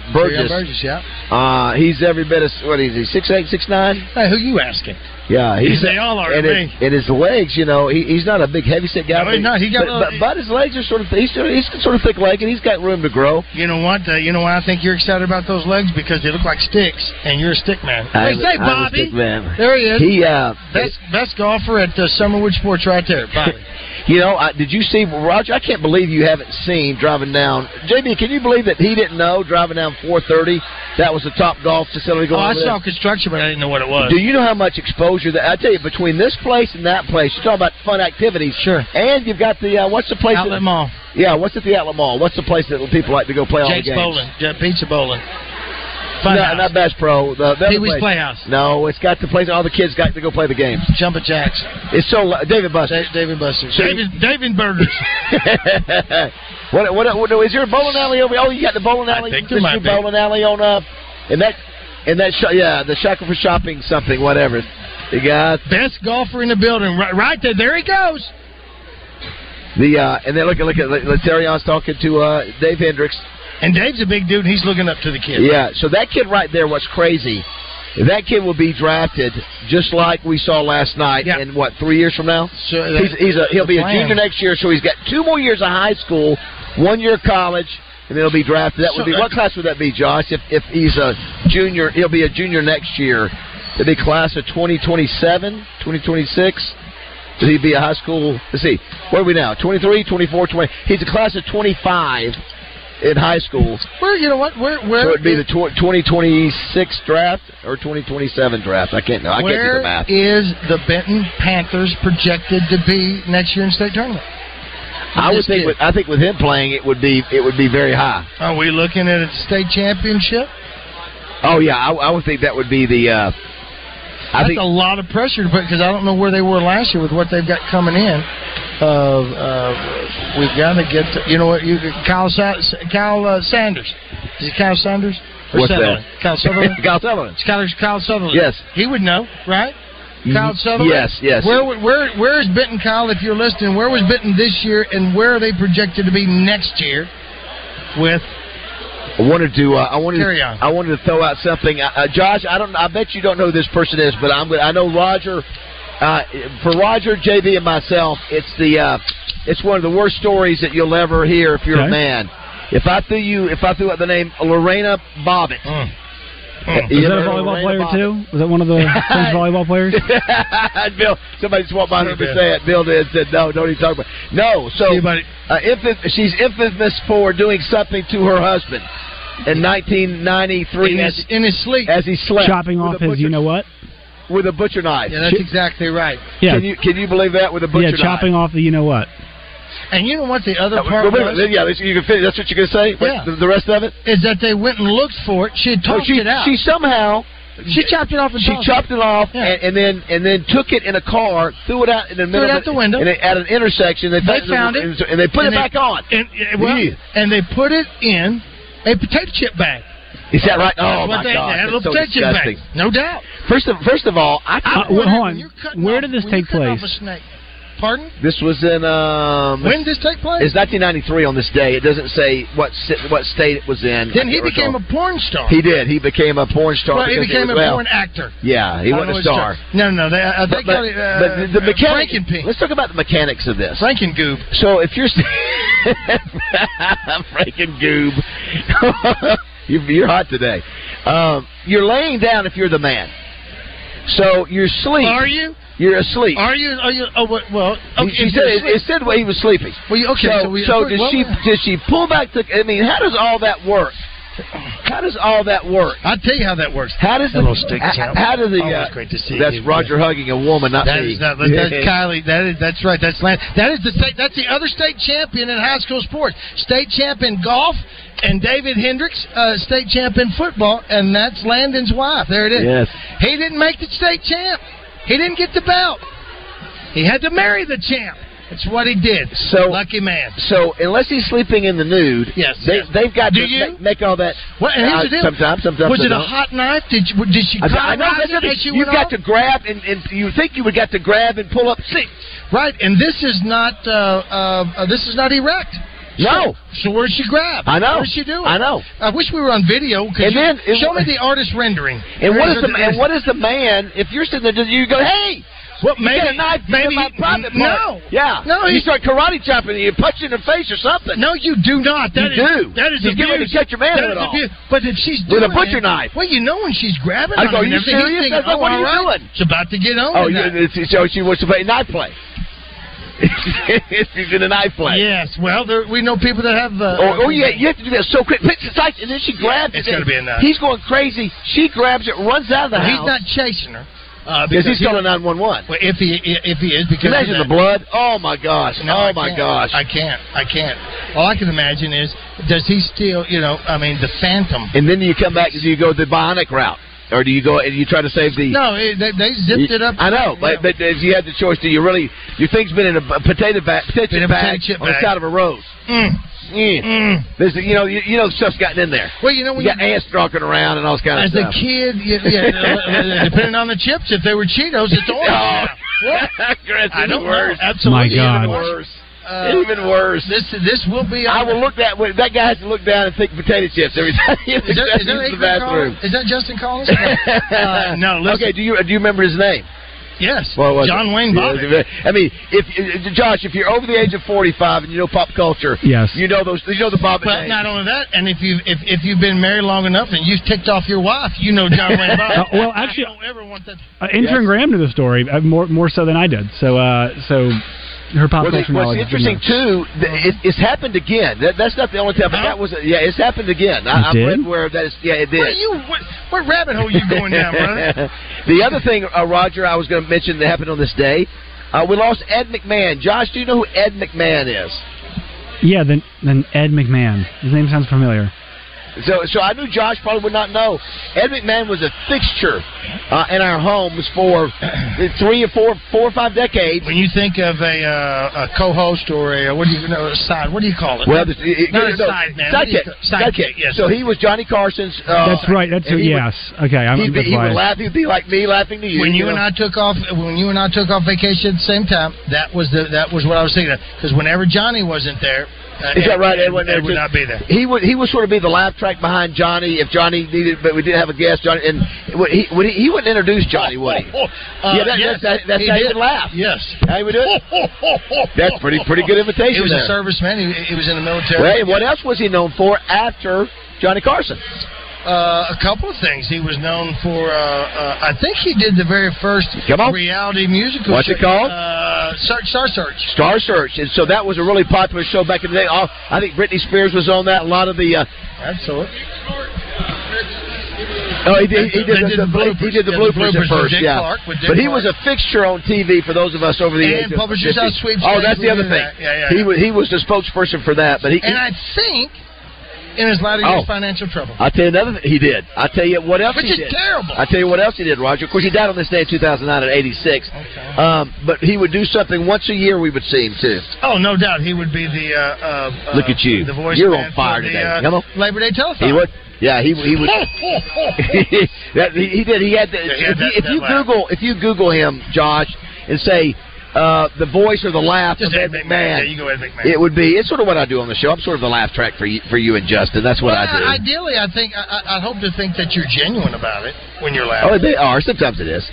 [SPEAKER 3] Burgess.
[SPEAKER 4] Burgess. Burgess, yeah.
[SPEAKER 3] Uh, he's every bit of what is he six eight six nine?
[SPEAKER 4] Hey, who you asking?
[SPEAKER 3] Yeah, he's
[SPEAKER 4] They all are
[SPEAKER 3] and,
[SPEAKER 4] to
[SPEAKER 3] his,
[SPEAKER 4] me.
[SPEAKER 3] and his legs, you know, he, he's not a big heavy set guy.
[SPEAKER 4] No, he's not. He got
[SPEAKER 3] but,
[SPEAKER 4] a little-
[SPEAKER 3] but, but his legs are sort of he's sort of, he's sort of thick legged. He's got room to grow.
[SPEAKER 4] You know what? Uh, you know why I think you're excited about those legs because they look like sticks, and you're a stick
[SPEAKER 3] I
[SPEAKER 4] man. Hey,
[SPEAKER 3] was- I was
[SPEAKER 4] say, Bobby.
[SPEAKER 3] thick, man.
[SPEAKER 4] There he is.
[SPEAKER 3] He uh,
[SPEAKER 4] best best golfer at uh, Summerwood Sports, right there, Bobby.
[SPEAKER 3] (laughs) you know, I, did you see Roger? I can't believe you haven't seen driving down. JB, can you believe that he didn't know driving down 430? That was the top golf facility
[SPEAKER 4] oh,
[SPEAKER 3] going.
[SPEAKER 4] I
[SPEAKER 3] over there?
[SPEAKER 4] saw construction, but I didn't know what it was.
[SPEAKER 3] Do you know how much exposure that I tell you between this place and that place? You talk about fun activities,
[SPEAKER 4] Sure.
[SPEAKER 3] And you've got the uh, what's the place?
[SPEAKER 4] Outlet
[SPEAKER 3] that-
[SPEAKER 4] Mall,
[SPEAKER 3] Yeah, what's at the Outlet Mall? What's the place that people like to go play all the
[SPEAKER 4] Jake's
[SPEAKER 3] games?
[SPEAKER 4] Bowling, yeah, Pizza Bowling,
[SPEAKER 3] No,
[SPEAKER 4] Fun House,
[SPEAKER 3] not Bass Pro. The, the other
[SPEAKER 4] Pee Wee's
[SPEAKER 3] place.
[SPEAKER 4] Playhouse,
[SPEAKER 3] No, it's got the place. All the kids got to go play the games.
[SPEAKER 4] Jumpin' Jacks,
[SPEAKER 3] It's so lo- David Buster.
[SPEAKER 4] da- David Buster's,
[SPEAKER 3] So you-
[SPEAKER 4] David, David Burgers.
[SPEAKER 3] (laughs) what, what? What? Is there a bowling alley over? Oh, you got the bowling
[SPEAKER 4] I
[SPEAKER 3] alley.
[SPEAKER 4] think
[SPEAKER 3] the
[SPEAKER 4] there might be.
[SPEAKER 3] bowling alley on up, and that, and that. Sh- yeah, the shackle for shopping something whatever. You got
[SPEAKER 4] Best golfer in the building, right, right there. There he goes.
[SPEAKER 3] the uh, and then look at look at Letarion's talking to uh, Dave Hendricks.
[SPEAKER 4] And Dave's a big dude. and He's looking up to the kid.
[SPEAKER 3] Yeah, so that kid right there, what's crazy, that kid will be drafted just like we saw last night
[SPEAKER 4] Yeah.
[SPEAKER 3] in, what, three years from now?
[SPEAKER 4] So that-
[SPEAKER 3] He's, he's a, he'll be a
[SPEAKER 4] the plan.
[SPEAKER 3] junior next year, so he's got two more years of high school, one year of college, and then he'll be drafted. That would be
[SPEAKER 4] So uh, that-
[SPEAKER 3] What class would that be, Josh? If, if he's a junior, he'll be a junior next year. It'd be class of 2027, 2026. So he'd be a high school. Let's see, where are we now? 23, 24, 20. He's a class of 25 in high school.
[SPEAKER 4] Well, you know what? Where where
[SPEAKER 3] So it'd be the tw- 2026 draft or 2027 draft. I can't know. I can't do the
[SPEAKER 4] where
[SPEAKER 3] math.
[SPEAKER 4] is the Benton Panthers projected to be next year in state tournament?
[SPEAKER 3] I would
[SPEAKER 4] this
[SPEAKER 3] think.
[SPEAKER 4] kid?
[SPEAKER 3] With, I think with him playing, it would be it would be very high.
[SPEAKER 4] Are we looking at a state championship?
[SPEAKER 3] Oh yeah, I, I would think that would be the. Uh, I
[SPEAKER 4] That's
[SPEAKER 3] think
[SPEAKER 4] a lot of pressure to put because I don't know where they were last year with what they've got coming in. Uh, uh, we've got to get to, you know what you Kyle Sa- Kyle uh, Sanders is it Kyle Sanders? Or
[SPEAKER 3] What's
[SPEAKER 4] Sutherland.
[SPEAKER 3] that?
[SPEAKER 4] Kyle Sutherland.
[SPEAKER 3] (laughs) Kyle Sutherland.
[SPEAKER 4] Skyler's Kyle Sutherland.
[SPEAKER 3] Yes.
[SPEAKER 4] He would know, right?
[SPEAKER 3] Mhm.
[SPEAKER 4] Kyle Sutherland.
[SPEAKER 3] Yes, yes.
[SPEAKER 4] Where would- where where is Benton Kyle? If you're listening, where was Benton this year, and where are they projected to be next year? With
[SPEAKER 3] I wanted to. Uh, I wanted.
[SPEAKER 4] Carry on.
[SPEAKER 3] I wanted to throw out something. Uh, uh, Josh, I don't. I bet you don't know who this person is, but I'm. gonna- I know Roger. Uh, for Roger, JB, and myself, it's the. Uh, it's one of the worst stories that you'll ever hear if you're
[SPEAKER 5] Okay.
[SPEAKER 3] a man. If I threw you, if I threw out the name Lorena Bobbitt.
[SPEAKER 4] Mm.
[SPEAKER 5] Is that a volleyball player too? Was that one of the
[SPEAKER 3] (laughs)
[SPEAKER 5] French volleyball players?
[SPEAKER 3] Bill, somebody just walked by and heard me say it. Bill did said, "No, don't even talk about." It. No, so
[SPEAKER 4] Anybody-
[SPEAKER 3] uh, infam- she's infamous for doing something to her husband in 1993
[SPEAKER 4] in
[SPEAKER 3] as,
[SPEAKER 4] his, in his sleep.
[SPEAKER 3] as he slept,
[SPEAKER 5] Chopping
[SPEAKER 3] with
[SPEAKER 5] off
[SPEAKER 3] a
[SPEAKER 5] his,
[SPEAKER 3] butcher,
[SPEAKER 5] you know what?
[SPEAKER 3] with a butcher knife.
[SPEAKER 4] Yeah, that's exactly right.
[SPEAKER 5] Yeah,
[SPEAKER 3] Can you can you believe that with a butcher
[SPEAKER 5] yeah, chopping
[SPEAKER 3] knife?
[SPEAKER 5] off the, you know what?
[SPEAKER 4] And you know what the other
[SPEAKER 3] Uh,
[SPEAKER 4] part
[SPEAKER 3] wait a minute,
[SPEAKER 4] was?
[SPEAKER 3] yeah, that's- you can finish. That's what you're gonna say. Wait,
[SPEAKER 4] Yeah.
[SPEAKER 3] the, the rest of it.
[SPEAKER 4] Is that they went and looked for it. She had
[SPEAKER 3] No,
[SPEAKER 4] tossed
[SPEAKER 3] she
[SPEAKER 4] it out.
[SPEAKER 3] she somehow
[SPEAKER 4] She chopped it off and
[SPEAKER 3] She
[SPEAKER 4] tossed
[SPEAKER 3] chopped it off
[SPEAKER 4] Yeah.
[SPEAKER 3] and, and then and then took it in a car, threw it out in the middle
[SPEAKER 4] it
[SPEAKER 3] of
[SPEAKER 4] out the window.
[SPEAKER 3] and they- at an intersection. They,
[SPEAKER 4] They
[SPEAKER 3] thought-
[SPEAKER 4] found it.
[SPEAKER 3] was- and they put
[SPEAKER 4] And
[SPEAKER 3] it
[SPEAKER 4] they-
[SPEAKER 3] back on.
[SPEAKER 4] And, yeah, well,
[SPEAKER 3] Yeah.
[SPEAKER 4] and they put it in a potato chip bag.
[SPEAKER 3] Is that right? Oh
[SPEAKER 4] That's what
[SPEAKER 3] my
[SPEAKER 4] they,
[SPEAKER 3] God,
[SPEAKER 4] They had a
[SPEAKER 3] that's
[SPEAKER 4] little
[SPEAKER 3] so
[SPEAKER 4] potato chip
[SPEAKER 3] disgusting.
[SPEAKER 4] bag. No doubt.
[SPEAKER 3] First of first of all, I
[SPEAKER 5] Uh,
[SPEAKER 4] When
[SPEAKER 5] wait, hold
[SPEAKER 4] you're
[SPEAKER 5] on.
[SPEAKER 4] cutting
[SPEAKER 5] Where
[SPEAKER 4] off-
[SPEAKER 5] did this
[SPEAKER 4] when you're
[SPEAKER 5] take
[SPEAKER 4] cutting off
[SPEAKER 5] place?
[SPEAKER 4] a snake- Pardon?
[SPEAKER 3] this was in um.
[SPEAKER 4] When did this take place?
[SPEAKER 3] It's 1993 on this day. It doesn't say what si- what state it was in.
[SPEAKER 4] then
[SPEAKER 3] I
[SPEAKER 4] he
[SPEAKER 3] can't
[SPEAKER 4] became
[SPEAKER 3] recall.
[SPEAKER 4] a porn star.
[SPEAKER 3] He did. He became a porn star.
[SPEAKER 4] Well, he
[SPEAKER 3] because
[SPEAKER 4] became
[SPEAKER 3] was-
[SPEAKER 4] a
[SPEAKER 3] well,
[SPEAKER 4] porn actor.
[SPEAKER 3] Yeah, he
[SPEAKER 4] I
[SPEAKER 3] wasn't
[SPEAKER 4] don't
[SPEAKER 3] a
[SPEAKER 4] know
[SPEAKER 3] star.
[SPEAKER 4] his term. No, no, they, uh, they
[SPEAKER 3] But,
[SPEAKER 4] got it. Uh,
[SPEAKER 3] but the, the mechanics.
[SPEAKER 4] Frankenpin.
[SPEAKER 3] Let's talk about the mechanics of this.
[SPEAKER 4] Franken-goob.
[SPEAKER 3] So if you're (laughs) freaking goob, (laughs) you're, you're hot today. Um, you're laying down if you're the man. So you're asleep.
[SPEAKER 4] Are you?
[SPEAKER 3] You're asleep.
[SPEAKER 4] Are you? Are you? Oh, what- well, okay.
[SPEAKER 3] she said it, it said the way he was sleeping.
[SPEAKER 4] Well, you- okay,
[SPEAKER 3] So,
[SPEAKER 4] so we-
[SPEAKER 3] so does
[SPEAKER 4] well,
[SPEAKER 3] she?
[SPEAKER 4] well.
[SPEAKER 3] Does she pull back? The, I mean, how does all that work? How does all that work?
[SPEAKER 4] I'll tell you how that works.
[SPEAKER 3] How does the
[SPEAKER 4] Hello, Stick
[SPEAKER 3] h-
[SPEAKER 4] Chap.
[SPEAKER 3] How does the? uh,
[SPEAKER 4] Always great to see
[SPEAKER 3] that's
[SPEAKER 4] you.
[SPEAKER 3] Roger hugging a woman, not
[SPEAKER 4] That
[SPEAKER 3] me.
[SPEAKER 4] is not. That's
[SPEAKER 3] (laughs)
[SPEAKER 4] Kylie. That is. That's right. That's Lance. That is the state. That's the other state champion in high school sports. State champ in golf, and David Hendricks, uh, state champ in football, and that's Landon's wife. There it is.
[SPEAKER 3] Yes.
[SPEAKER 4] He didn't make the state champ. He didn't get the belt. He had to marry the champ. That's what he did.
[SPEAKER 3] So-
[SPEAKER 4] lucky man.
[SPEAKER 3] So unless he's sleeping in the nude,
[SPEAKER 4] Yes,
[SPEAKER 3] they,
[SPEAKER 4] yes.
[SPEAKER 3] they've got
[SPEAKER 4] Do
[SPEAKER 3] to
[SPEAKER 4] you?
[SPEAKER 3] make, make all that.
[SPEAKER 4] Well, and here's
[SPEAKER 3] Uh,
[SPEAKER 4] the deal.
[SPEAKER 3] Sometimes, sometimes
[SPEAKER 4] was
[SPEAKER 3] they
[SPEAKER 4] it a
[SPEAKER 3] don't.
[SPEAKER 4] hot knife? Did you, did she
[SPEAKER 3] I, I know
[SPEAKER 4] colonize
[SPEAKER 3] that's the
[SPEAKER 4] it as
[SPEAKER 3] thing.
[SPEAKER 4] she
[SPEAKER 3] You've got
[SPEAKER 4] went on?
[SPEAKER 3] to grab and, and you think you would got to grab and pull up. See,
[SPEAKER 4] Right, and this is not uh, uh, uh, this is not erect.
[SPEAKER 3] No.
[SPEAKER 4] So, so where's she grab?
[SPEAKER 3] I know.
[SPEAKER 4] Where's she doing?
[SPEAKER 3] I know.
[SPEAKER 4] I wish we were on video.
[SPEAKER 3] And
[SPEAKER 4] Could you-
[SPEAKER 3] then it-
[SPEAKER 4] show me the artist rendering.
[SPEAKER 3] and what is
[SPEAKER 4] There's a-
[SPEAKER 3] the and what is the man? If you're sitting there, do you go, hey,
[SPEAKER 4] Well,
[SPEAKER 3] you
[SPEAKER 4] maybe
[SPEAKER 3] got a knife
[SPEAKER 4] maybe
[SPEAKER 3] in my
[SPEAKER 4] he-
[SPEAKER 3] private
[SPEAKER 4] no.
[SPEAKER 3] part. yeah,
[SPEAKER 4] No,
[SPEAKER 3] you
[SPEAKER 4] he-
[SPEAKER 3] start karate chopping and you punch you in the face or something.
[SPEAKER 4] No, you do not.
[SPEAKER 3] You
[SPEAKER 4] That is-
[SPEAKER 3] do.
[SPEAKER 4] That is
[SPEAKER 3] You get ready to
[SPEAKER 4] abuse.
[SPEAKER 3] cut your man with
[SPEAKER 4] That is
[SPEAKER 3] it all.
[SPEAKER 4] abuse. But if she's
[SPEAKER 3] With a
[SPEAKER 4] doing
[SPEAKER 3] butcher
[SPEAKER 4] it-
[SPEAKER 3] knife.
[SPEAKER 4] Well, you know when she's grabbing.
[SPEAKER 3] I
[SPEAKER 4] on
[SPEAKER 3] go,
[SPEAKER 4] him
[SPEAKER 3] "Are you
[SPEAKER 4] and everything, he's
[SPEAKER 3] serious?
[SPEAKER 4] thinking,
[SPEAKER 3] That's like,
[SPEAKER 4] oh,
[SPEAKER 3] what are you
[SPEAKER 4] all right,
[SPEAKER 3] doing?"
[SPEAKER 4] It's about to get on.
[SPEAKER 3] Oh,
[SPEAKER 4] with
[SPEAKER 3] yeah,
[SPEAKER 4] that.
[SPEAKER 3] it's- so she wants to play knife play. (laughs) She's in a knife play.
[SPEAKER 4] Yes. Well, there, we know people that have. Uh,
[SPEAKER 3] Oh, oh yeah, you have to do that so quick. Picks and slice, and then she grabs
[SPEAKER 4] it's
[SPEAKER 3] it.
[SPEAKER 4] gotta be a knife.
[SPEAKER 3] He's going crazy. She grabs it, runs out of the
[SPEAKER 4] He's
[SPEAKER 3] house.
[SPEAKER 4] not chasing her. Uh,
[SPEAKER 3] because he's
[SPEAKER 4] he-
[SPEAKER 3] calling nine one one.
[SPEAKER 4] Well, if he if he is, because
[SPEAKER 3] Imagine
[SPEAKER 4] of
[SPEAKER 3] the
[SPEAKER 4] that.
[SPEAKER 3] blood. Oh my gosh.
[SPEAKER 4] No,
[SPEAKER 3] oh
[SPEAKER 4] I
[SPEAKER 3] my
[SPEAKER 4] can't.
[SPEAKER 3] gosh.
[SPEAKER 4] I can't. I can't. All I can imagine is, does he still? You know, I mean, the Phantom.
[SPEAKER 3] and then do you come back? Do you go the bionic route, or do you go and you try to save the?
[SPEAKER 4] No, it, they, they zipped it up.
[SPEAKER 3] I know,
[SPEAKER 4] Yeah.
[SPEAKER 3] but, but if you had the choice, do you really? Your thing's been in a b- potato bag, potato
[SPEAKER 4] In a
[SPEAKER 3] bag
[SPEAKER 4] potato chip
[SPEAKER 3] on the
[SPEAKER 4] bag.
[SPEAKER 3] side of a rose.
[SPEAKER 4] Mm,
[SPEAKER 3] Yeah.
[SPEAKER 4] mm.
[SPEAKER 3] There's, you know, you, you know, stuff's gotten in there.
[SPEAKER 4] well, you know,
[SPEAKER 3] You
[SPEAKER 4] when
[SPEAKER 3] got ants walking around and all this kind of
[SPEAKER 4] as
[SPEAKER 3] stuff.
[SPEAKER 4] a kid, you, (laughs) yeah, depending on the chips, if they were Cheetos,
[SPEAKER 3] (laughs)
[SPEAKER 4] it's orange.
[SPEAKER 3] Oh.
[SPEAKER 4] What?
[SPEAKER 3] Chris,
[SPEAKER 4] I
[SPEAKER 3] it's
[SPEAKER 4] don't know.
[SPEAKER 3] worse.
[SPEAKER 4] Absolutely,
[SPEAKER 5] My God.
[SPEAKER 4] Even worse.
[SPEAKER 3] Worse.
[SPEAKER 4] Uh,
[SPEAKER 3] Even worse.
[SPEAKER 4] This this will be.
[SPEAKER 3] I
[SPEAKER 4] On,
[SPEAKER 3] will look that way. That guy has to look down and think potato chips every (laughs) time he
[SPEAKER 4] Uh, (laughs) Is that,
[SPEAKER 3] leaves
[SPEAKER 4] is that
[SPEAKER 3] the
[SPEAKER 4] Adrian
[SPEAKER 3] bathroom.
[SPEAKER 4] Collins? Is that Justin
[SPEAKER 3] (laughs)
[SPEAKER 4] Collins? No. Uh, no, listen.
[SPEAKER 3] Okay, do you do you remember his name?
[SPEAKER 4] Yes.
[SPEAKER 3] What was
[SPEAKER 4] John
[SPEAKER 3] it?
[SPEAKER 4] Wayne
[SPEAKER 3] Yeah,
[SPEAKER 4] Bobbitt.
[SPEAKER 3] I mean, if uh, Josh, if you're over the age of 45 and you know pop culture,
[SPEAKER 5] Yes.
[SPEAKER 3] you know those. You know the Bobbitt
[SPEAKER 4] But
[SPEAKER 3] name.
[SPEAKER 4] not only that, and if you if if you've been married long enough and you've ticked off your wife, you know John
[SPEAKER 12] (laughs)
[SPEAKER 5] Uh,
[SPEAKER 4] Wayne Bobbitt.
[SPEAKER 5] well, actually,
[SPEAKER 4] I don't ever want that.
[SPEAKER 5] uh, intern
[SPEAKER 3] Yes.
[SPEAKER 5] Graham knew the story uh, more more so than I did. So uh, so her pop
[SPEAKER 3] What's,
[SPEAKER 5] culture knowledge.
[SPEAKER 3] what's
[SPEAKER 5] is
[SPEAKER 3] interesting
[SPEAKER 5] enough.
[SPEAKER 3] too, th- it, it's happened again. That, that's not the only time. But
[SPEAKER 4] Huh?
[SPEAKER 3] that was yeah, it's happened again. I,
[SPEAKER 5] It
[SPEAKER 3] I read
[SPEAKER 5] did?
[SPEAKER 3] where that is. Yeah, it did.
[SPEAKER 4] What are you? What, what rabbit hole you going down, brother?
[SPEAKER 3] the other thing, uh, Roger, I was going to mention that happened on this day. Uh, we lost Ed McMahon. Josh, do you know who Ed McMahon is?
[SPEAKER 5] Yeah, then then Ed McMahon. His name sounds familiar.
[SPEAKER 3] So, so I knew Josh probably would not know. Ed McMahon was a fixture uh, in our homes
[SPEAKER 4] (clears throat)
[SPEAKER 3] for (laughs) three or four, four or five decades.
[SPEAKER 4] When you think of a, uh, a co-host or a what do you know a side? What do you call it?
[SPEAKER 3] Well, this- it-
[SPEAKER 4] not
[SPEAKER 3] it-
[SPEAKER 4] a
[SPEAKER 3] no,
[SPEAKER 4] side man. What do you
[SPEAKER 3] sidekick,
[SPEAKER 4] ca-
[SPEAKER 3] sidekick.
[SPEAKER 4] Yes.
[SPEAKER 3] So he was Johnny Carson's. Uh,
[SPEAKER 12] that's right. That's
[SPEAKER 3] and he would-
[SPEAKER 12] yes. okay, I'm
[SPEAKER 3] he'd be,
[SPEAKER 12] that's
[SPEAKER 3] he
[SPEAKER 12] why.
[SPEAKER 3] would laugh. He'd be like me laughing to you.
[SPEAKER 4] when you and I took off, when you and I took off vacation at the same time, that was the that was what I was thinking. Because whenever Johnny wasn't there, uh,
[SPEAKER 3] Is that right? Ed
[SPEAKER 4] Ed,
[SPEAKER 3] wasn't there
[SPEAKER 4] Ed would
[SPEAKER 3] too?
[SPEAKER 4] not be there.
[SPEAKER 3] He would he would sort of be the laugh track behind Johnny if Johnny needed, but we did have a guest Johnny, and would he would he, he wouldn't introduce Johnny, would he?
[SPEAKER 4] Uh,
[SPEAKER 3] yeah, that,
[SPEAKER 4] yes,
[SPEAKER 3] that's, that, Oh, that's
[SPEAKER 4] he
[SPEAKER 3] how he
[SPEAKER 4] did.
[SPEAKER 3] would laugh.
[SPEAKER 4] Yes.
[SPEAKER 3] How he would do it. That's pretty pretty good invitation.
[SPEAKER 4] He was
[SPEAKER 3] there.
[SPEAKER 4] a serviceman. He, he was in the military.
[SPEAKER 3] Well, and what else was he known for after Johnny Carson?
[SPEAKER 4] Uh, a couple of things. He was known for. Uh, uh, I think he did the very first
[SPEAKER 3] Come on.
[SPEAKER 4] reality musical.
[SPEAKER 3] What's it
[SPEAKER 4] show.
[SPEAKER 3] called?
[SPEAKER 4] Uh, Search, Star Search.
[SPEAKER 3] Star Search, and so that was a really popular show back in the day. All, I think Britney Spears was on that. A lot of the uh,
[SPEAKER 4] That's it.
[SPEAKER 3] oh, he did, he did,
[SPEAKER 4] They
[SPEAKER 3] the,
[SPEAKER 4] did the bloopers.
[SPEAKER 3] he did the
[SPEAKER 4] Yeah, the
[SPEAKER 3] bloopers,
[SPEAKER 4] bloopers
[SPEAKER 3] at
[SPEAKER 4] with
[SPEAKER 3] first,
[SPEAKER 4] Dick
[SPEAKER 3] yeah.
[SPEAKER 4] Clark, with Dick
[SPEAKER 3] but he was
[SPEAKER 4] Clark.
[SPEAKER 3] a fixture on TV for those of us over the age
[SPEAKER 4] And
[SPEAKER 3] of
[SPEAKER 4] Publishers
[SPEAKER 3] 50.
[SPEAKER 4] House Sweepstakes,
[SPEAKER 3] Oh, that's
[SPEAKER 4] we
[SPEAKER 3] the other
[SPEAKER 4] did
[SPEAKER 3] thing.
[SPEAKER 4] that. Yeah, yeah,
[SPEAKER 3] he
[SPEAKER 4] yeah.
[SPEAKER 3] was he was the spokesperson for that, but he.
[SPEAKER 4] And I think in his latter
[SPEAKER 3] Oh.
[SPEAKER 4] years, financial trouble.
[SPEAKER 3] I tell you another thing. He did. I tell you what else
[SPEAKER 4] Which
[SPEAKER 3] he
[SPEAKER 4] is
[SPEAKER 3] did.
[SPEAKER 4] terrible.
[SPEAKER 3] I tell you what else he did, Roger. Of course, he died on this day in 2009 at 86. Um, but he would do something once a year. We would see him too.
[SPEAKER 4] Oh, no doubt, he would be the. Uh, uh, uh,
[SPEAKER 3] Look at you.
[SPEAKER 4] The voice.
[SPEAKER 3] You're
[SPEAKER 4] man
[SPEAKER 3] on fire
[SPEAKER 4] for the,
[SPEAKER 3] today.
[SPEAKER 4] uh,
[SPEAKER 3] Come on.
[SPEAKER 4] Labor Day telethon.
[SPEAKER 3] He would. Yeah, he he
[SPEAKER 4] (laughs)
[SPEAKER 3] would. (laughs) that, he, he did. He had. The,
[SPEAKER 4] he had
[SPEAKER 3] if, you-
[SPEAKER 4] that-
[SPEAKER 3] if
[SPEAKER 4] that
[SPEAKER 3] you
[SPEAKER 4] laugh.
[SPEAKER 3] Google, if you Google him, Josh, and say uh, the voice or the laugh
[SPEAKER 4] Just
[SPEAKER 3] of
[SPEAKER 4] Ed
[SPEAKER 3] Ed
[SPEAKER 4] McMahon.
[SPEAKER 3] McMahon,
[SPEAKER 4] Yeah, you go Ed McMahon.
[SPEAKER 3] it would be. It's sort of what I do on the show. I'm sort of the laugh track for you, for you and Justin. That's what
[SPEAKER 4] Well,
[SPEAKER 3] I do.
[SPEAKER 4] Ideally, I think I, I- I hope to think that you're genuine about it when you're
[SPEAKER 3] oh,
[SPEAKER 4] (laughs) laughing.
[SPEAKER 3] they are. Sometimes it is.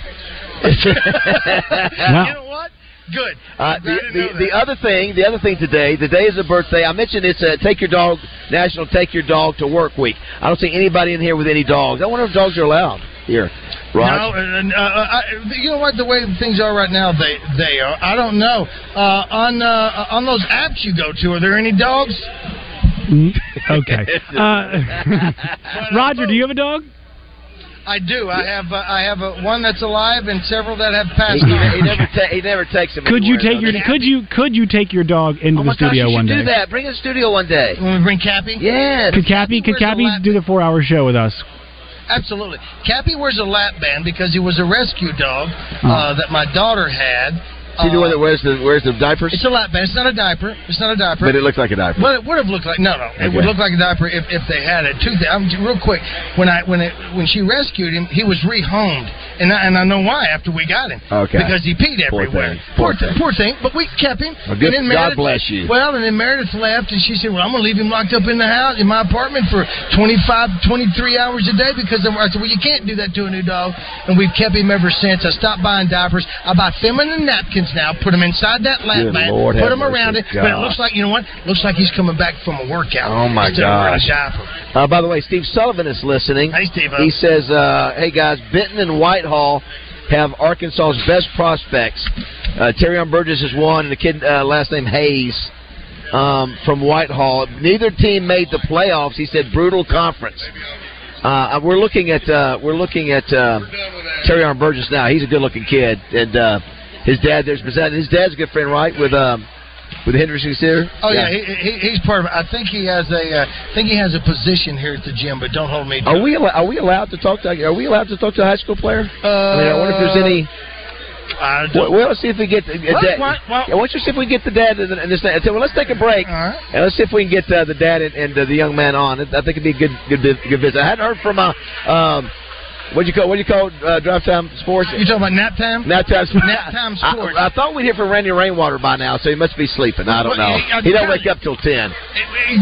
[SPEAKER 3] (laughs)
[SPEAKER 4] You know what? Good.
[SPEAKER 3] Uh,
[SPEAKER 4] I'm glad
[SPEAKER 3] the,
[SPEAKER 4] to know
[SPEAKER 3] the, the
[SPEAKER 4] that.
[SPEAKER 3] other thing, the other thing today, today is a birthday. I mentioned it's a Take Your Dog National Take Your Dog to Work Week. I don't see anybody in here with any dogs. I wonder if dogs are allowed here. Rod,
[SPEAKER 4] No, and, uh, uh, I, you know what? The way things are right now, they they are. I don't know. Uh, on uh, on those apps you go to, are there any dogs?
[SPEAKER 12] Mm,
[SPEAKER 3] (laughs)
[SPEAKER 12] okay. Uh, (laughs) Roger, do you have a dog?
[SPEAKER 4] I do. I have uh, I have uh one that's alive and several that have
[SPEAKER 3] he,
[SPEAKER 4] passed.
[SPEAKER 3] he,
[SPEAKER 4] on.
[SPEAKER 3] he never ta- he never takes them.
[SPEAKER 12] Could you
[SPEAKER 3] anywhere,
[SPEAKER 12] take your
[SPEAKER 3] does he?
[SPEAKER 12] could you could you take your dog into
[SPEAKER 3] Oh
[SPEAKER 12] the
[SPEAKER 3] my gosh,
[SPEAKER 12] studio
[SPEAKER 3] you should
[SPEAKER 12] one day?
[SPEAKER 3] do that. Bring in the studio one day.
[SPEAKER 4] You want me to bring Cappy?
[SPEAKER 3] Yes.
[SPEAKER 12] Could Cappy could
[SPEAKER 4] Where's
[SPEAKER 12] Cappy
[SPEAKER 4] the lap-
[SPEAKER 12] do the four hour show with us?
[SPEAKER 4] Absolutely. Cappy wears a lap band because he was a rescue dog
[SPEAKER 3] Uh-huh.
[SPEAKER 4] uh, that my daughter had.
[SPEAKER 3] See the one
[SPEAKER 4] Uh,
[SPEAKER 3] that wears the wears the diapers,
[SPEAKER 4] It's a lap band. It's not a diaper. It's not a diaper.
[SPEAKER 3] but it looks like a diaper.
[SPEAKER 4] Well, it would have looked like no, no. It
[SPEAKER 3] Okay.
[SPEAKER 4] would look like a diaper if, if they had it. Two things. I'm real quick. When I when it, when she rescued him, he was rehomed, and I, and I know why after we got him.
[SPEAKER 3] Okay.
[SPEAKER 4] Because he peed
[SPEAKER 3] Poor
[SPEAKER 4] everywhere.
[SPEAKER 3] thing. Poor
[SPEAKER 4] thi-
[SPEAKER 3] thing.
[SPEAKER 4] poor thing. But we kept him.
[SPEAKER 3] Well, good-
[SPEAKER 4] and then
[SPEAKER 3] God
[SPEAKER 4] Meredith,
[SPEAKER 3] bless you.
[SPEAKER 4] Well, and then Meredith left, and she said, "Well, I'm gonna leave him locked up in the house in my apartment for 25, 23 hours a day because I'm, I said, well, you can't do that to a new dog." And we've kept him ever since. I stopped buying diapers. I buy feminine napkins now. Put them inside that lap
[SPEAKER 3] Good
[SPEAKER 4] band.
[SPEAKER 3] Lord,
[SPEAKER 4] put
[SPEAKER 3] have
[SPEAKER 4] them around it.
[SPEAKER 3] mercy,
[SPEAKER 4] But it
[SPEAKER 3] God.
[SPEAKER 4] looks like you know what? Looks like he's coming back from a workout.
[SPEAKER 3] Oh, my
[SPEAKER 4] instead of wearing
[SPEAKER 3] gosh.
[SPEAKER 4] a diaper.
[SPEAKER 3] Uh, by the way, Steve Sullivan is listening.
[SPEAKER 4] Hey, Steve.
[SPEAKER 3] He says, uh, "Hey guys, Benton and Whitehall have Arkansas's best prospects. Uh, Terrion Burgess is one, and the kid uh, last name Hayes um, from Whitehall. Neither team made the playoffs. He said brutal conference. Uh, we're looking at uh, we're looking at uh, Terrion Burgess now. He's a good-looking kid, and uh, his dad there's his dad's a good friend, right? With um, with Hendrickson here.
[SPEAKER 4] Oh yeah, He, he, he's part of. it. I think he has a. Uh, I think he has a position here at the gym, but don't hold me. to
[SPEAKER 3] Are
[SPEAKER 4] it.
[SPEAKER 3] we allo- are we allowed to talk to are we allowed to talk to a high school player?
[SPEAKER 4] Uh,
[SPEAKER 3] I mean, I wonder if there's any.
[SPEAKER 4] I
[SPEAKER 3] Well,
[SPEAKER 4] don't-
[SPEAKER 3] well let's see if we get uh, the
[SPEAKER 4] Well,
[SPEAKER 3] dad.
[SPEAKER 4] well, well-
[SPEAKER 3] yeah, why don't you see if we can get the dad and, and this. I said, well, let's take a break
[SPEAKER 4] All right.
[SPEAKER 3] and let's see if we can get uh, the dad and, and uh, the young man on. I think it'd be a good good vi- good visit. I hadn't heard from uh, um, what do you call what do you call uh, drive time sports.
[SPEAKER 4] You talking about nap time?
[SPEAKER 3] Nap time, sports.
[SPEAKER 4] Nap time sports.
[SPEAKER 3] I, I thought we'd hear from Randy Rainwater by now, so he must be sleeping. I don't
[SPEAKER 4] Well,
[SPEAKER 3] know.
[SPEAKER 4] I- I'm
[SPEAKER 3] He don't
[SPEAKER 4] telling
[SPEAKER 3] wake
[SPEAKER 4] you.
[SPEAKER 3] up till ten.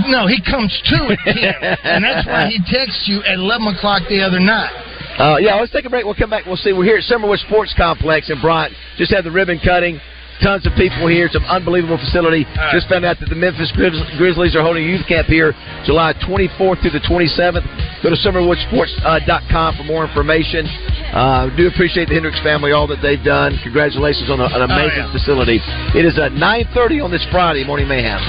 [SPEAKER 4] No, he comes to at ten, and that's why he texts you at eleven o'clock the other night.
[SPEAKER 3] Uh, yeah, let's take a break. We'll come back. We'll see. We're here at Summerwood Sports Complex in Bryant. Just had the ribbon cutting. Tons of people here. It's an unbelievable facility.
[SPEAKER 4] right.
[SPEAKER 3] Just found out that the Memphis Grizz- Grizzlies are holding a youth camp here July 24th through the 27th. Go to summerwoodsports.com for more information. Uh, do appreciate the Hendricks family, all that they've done. Congratulations on a, an amazing
[SPEAKER 4] Oh, yeah.
[SPEAKER 3] facility. It is uh, 9.30 on this Friday, Morning Mayhem.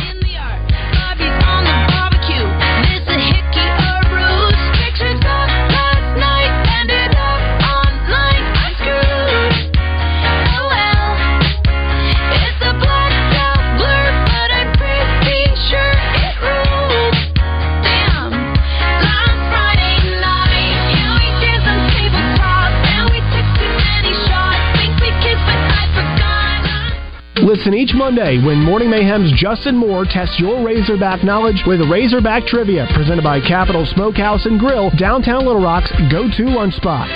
[SPEAKER 13] Sure it rules. Damn.
[SPEAKER 5] Listen each Monday when Morning Mayhem's Justin Moore tests your Razorback knowledge with Razorback Trivia, presented by Capital Smokehouse and Grill, downtown Little Rock's go-to lunch spot.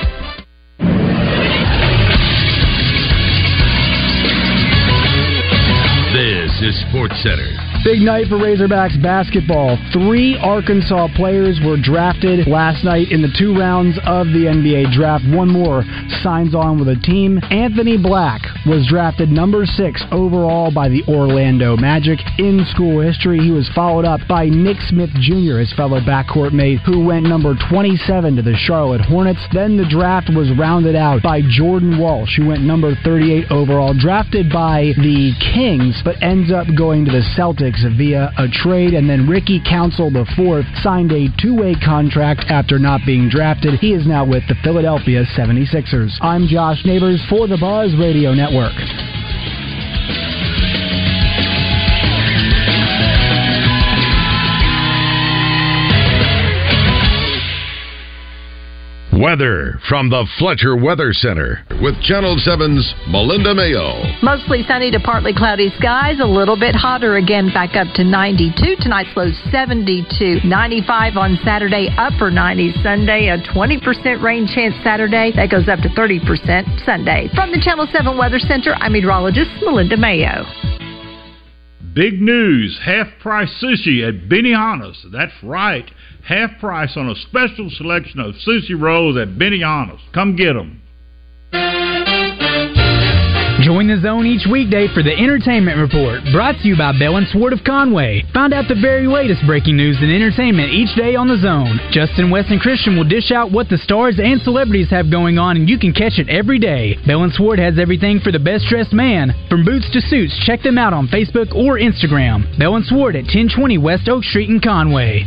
[SPEAKER 1] This is Sports Center.
[SPEAKER 5] Big night for Razorbacks basketball. Three Arkansas players were drafted last night in the two rounds of the NBA draft. One more signs on with a team. Anthony Black was drafted number six overall by the Orlando Magic in school history. He was followed up by Nick Smith Jr., his fellow backcourt mate, who went number 27 to the Charlotte Hornets. Then the draft was rounded out by Jordan Walsh, who went number 38 overall, drafted by the Kings, but ends up going to the Celtics via a trade. And then Ricky Council IV signed a two way contract after not being drafted. He is now with the Philadelphia 76ers. I'm Josh Neighbors for the Buzz Radio Network.
[SPEAKER 1] Weather from the Fletcher Weather Center with Channel 7's Melinda Mayo.
[SPEAKER 11] Mostly sunny to partly cloudy skies, a little bit hotter again, back up to 92. Tonight's low 72, 95 on Saturday, upper 90s Sunday, a 20% rain chance Saturday. That goes up to 30% Sunday. From the Channel 7 Weather Center, I'm meteorologist Melinda Mayo.
[SPEAKER 14] Big news half price sushi at Benihana's. That's right, half price on a special selection of sushi rolls at Benihana's. Come get 'em.
[SPEAKER 15] Join the zone each weekday for the Entertainment Report, brought to you by Bell and Swart of Conway. Find out the very latest breaking news and entertainment each day on the zone. Justin West and Christian will dish out what the stars and celebrities have going on, and you can catch it every day. Bell and Swart has everything for the best dressed man, from boots to suits. Check them out on Facebook or Instagram. Bell and Swart at 1020 West Oak Street in Conway.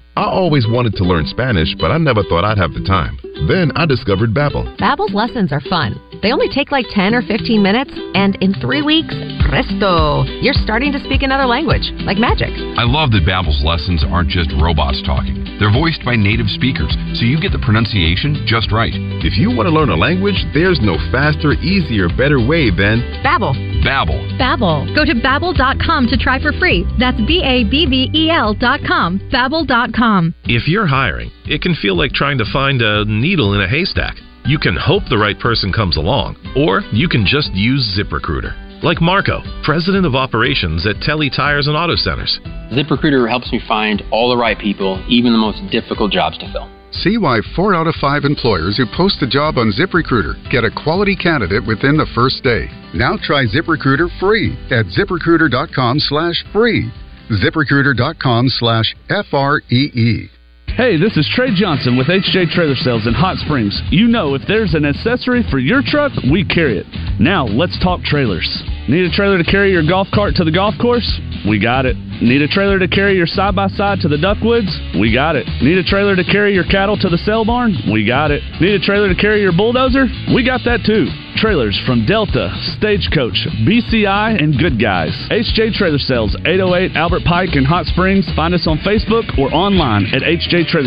[SPEAKER 16] I always wanted to learn Spanish, but I never thought I'd have the time. Then I discovered Babbel.
[SPEAKER 13] Babbel's lessons are fun. They only take like 10 or 15 minutes, and in three weeks, presto, you're starting to speak another language, like magic.
[SPEAKER 17] I love that Babbel's lessons aren't just robots talking. They're voiced by native speakers, so you get the pronunciation just right.
[SPEAKER 16] If you want to learn a language, there's no faster, easier, better way than
[SPEAKER 13] Babbel.
[SPEAKER 16] Babbel.
[SPEAKER 18] Babbel. Go to babbel.com to try for free. That's B A B B E L dot com. Babbel.com.
[SPEAKER 19] If you're hiring, it can feel like trying to find a needle in a haystack. You can hope the right person comes along, or you can just use ZipRecruiter. Like Marco, president of operations at Telly Tires and Auto Centers.
[SPEAKER 20] ZipRecruiter helps me find all the right people, even the most difficult jobs to fill.
[SPEAKER 10] See why four out of five employers who post a job on ZipRecruiter get a quality candidate within the first day. Now try ZipRecruiter free at ziprecruiter.com slash free. ZipRecruiter.com slash F R E E.
[SPEAKER 21] Hey, this is Trey Johnson with HJ Trailer Sales in Hot Springs. You know, if there's an accessory for your truck, we carry it. Now, let's talk trailers. Need a trailer to carry your golf cart to the golf course? We got it. Need a trailer to carry your side by side to the duckwoods? We got it. Need a trailer to carry your cattle to the sale barn? We got it. Need a trailer to carry your bulldozer? We got that too. Trailers from Delta, Stagecoach, BCI, and Good Guys. HJ Trailer Sales, 808 Albert Pike in Hot Springs. Find us on Facebook or online at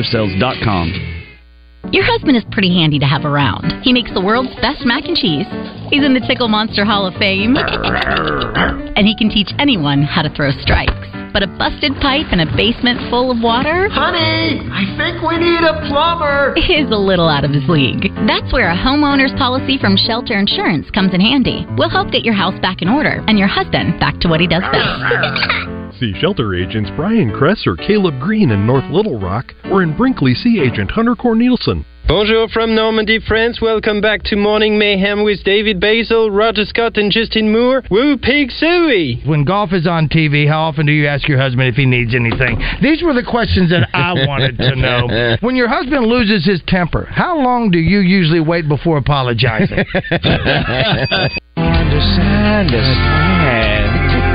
[SPEAKER 21] hjtrailersales.com.
[SPEAKER 22] Your husband is pretty handy to have around. He makes the world's best mac and cheese. He's in the Tickle Monster Hall of (laughs) Fame. and he can teach anyone how to throw strikes. But a busted pipe and a basement full of water? Honey, I think we need a plumber! Is a little out of his league. That's where a homeowner's policy from Shelter Insurance comes in handy. We'll help get your house back in order and your husband back to what he does best.
[SPEAKER 23] See shelter agents Brian Kresser, Caleb Green in North Little Rock, or in Brinkley, see agent Hunter Cornelison.
[SPEAKER 24] Bonjour from Normandy, France. Welcome back to Morning Mayhem with David Basil, Roger Scott, and Justin Moore. Woo pig suey!
[SPEAKER 4] When golf is on TV, how often do you ask your husband if he needs anything? These were the questions that I wanted to know. When your husband loses his temper, how long do you usually wait before apologizing?
[SPEAKER 3] understand us.
[SPEAKER 4] (laughs)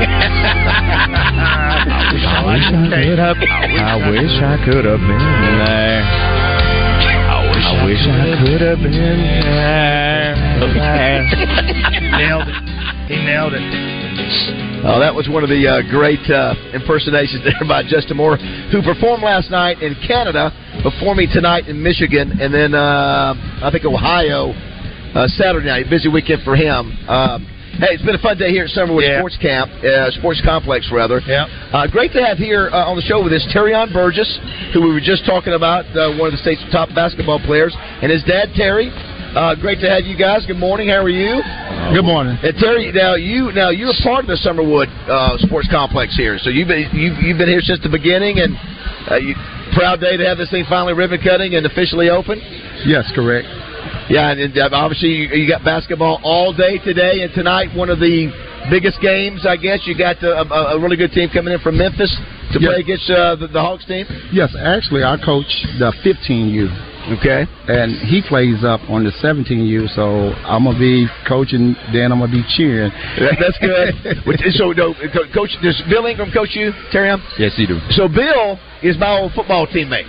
[SPEAKER 3] I wish I could have. I wish I could have been there. I wish I could have been there.
[SPEAKER 7] nailed it. He nailed it.
[SPEAKER 3] Oh, that was one of the uh, great uh, impersonations (laughs) there by Justin Moore, who performed last night in Canada, performing tonight in Michigan, and then uh, I think Ohio uh, Saturday night. Busy weekend for him. Um, hey, it's been a fun day here at Summerwood Sports Camp, uh, Sports Complex rather. Yeah. Uh, great to have here uh, on the show with us Terrion Burgess, who we were just talking about, uh, one of the state's top basketball players, and his dad Terry. Uh, great to have you guys. Good morning. How are you? Good morning. And Terry, now you now you're a part of the Summerwood uh, Sports Complex here, so you've been you've, you've been here since the beginning, and uh, you, proud day to have this thing finally ribbon cutting and officially open.
[SPEAKER 25] Yes, correct.
[SPEAKER 3] Yeah, and, and obviously you, you got basketball all day today and tonight. One of the biggest games, I guess. You got the, a, a really good team coming in from Memphis to
[SPEAKER 25] Yeah.
[SPEAKER 3] play against uh, the, the Hawks team.
[SPEAKER 25] Yes, actually, I coach the 15U.
[SPEAKER 3] Okay.
[SPEAKER 25] And he plays up on the 17U, so I'm gonna be coaching. Then I'm gonna be cheering.
[SPEAKER 3] That- That's good. (laughs) Which is- so, no, Co- coach, does Bill Ingram coach you, Terry? M?
[SPEAKER 26] Yes, you do.
[SPEAKER 3] (laughs) So Bill is my old football teammate.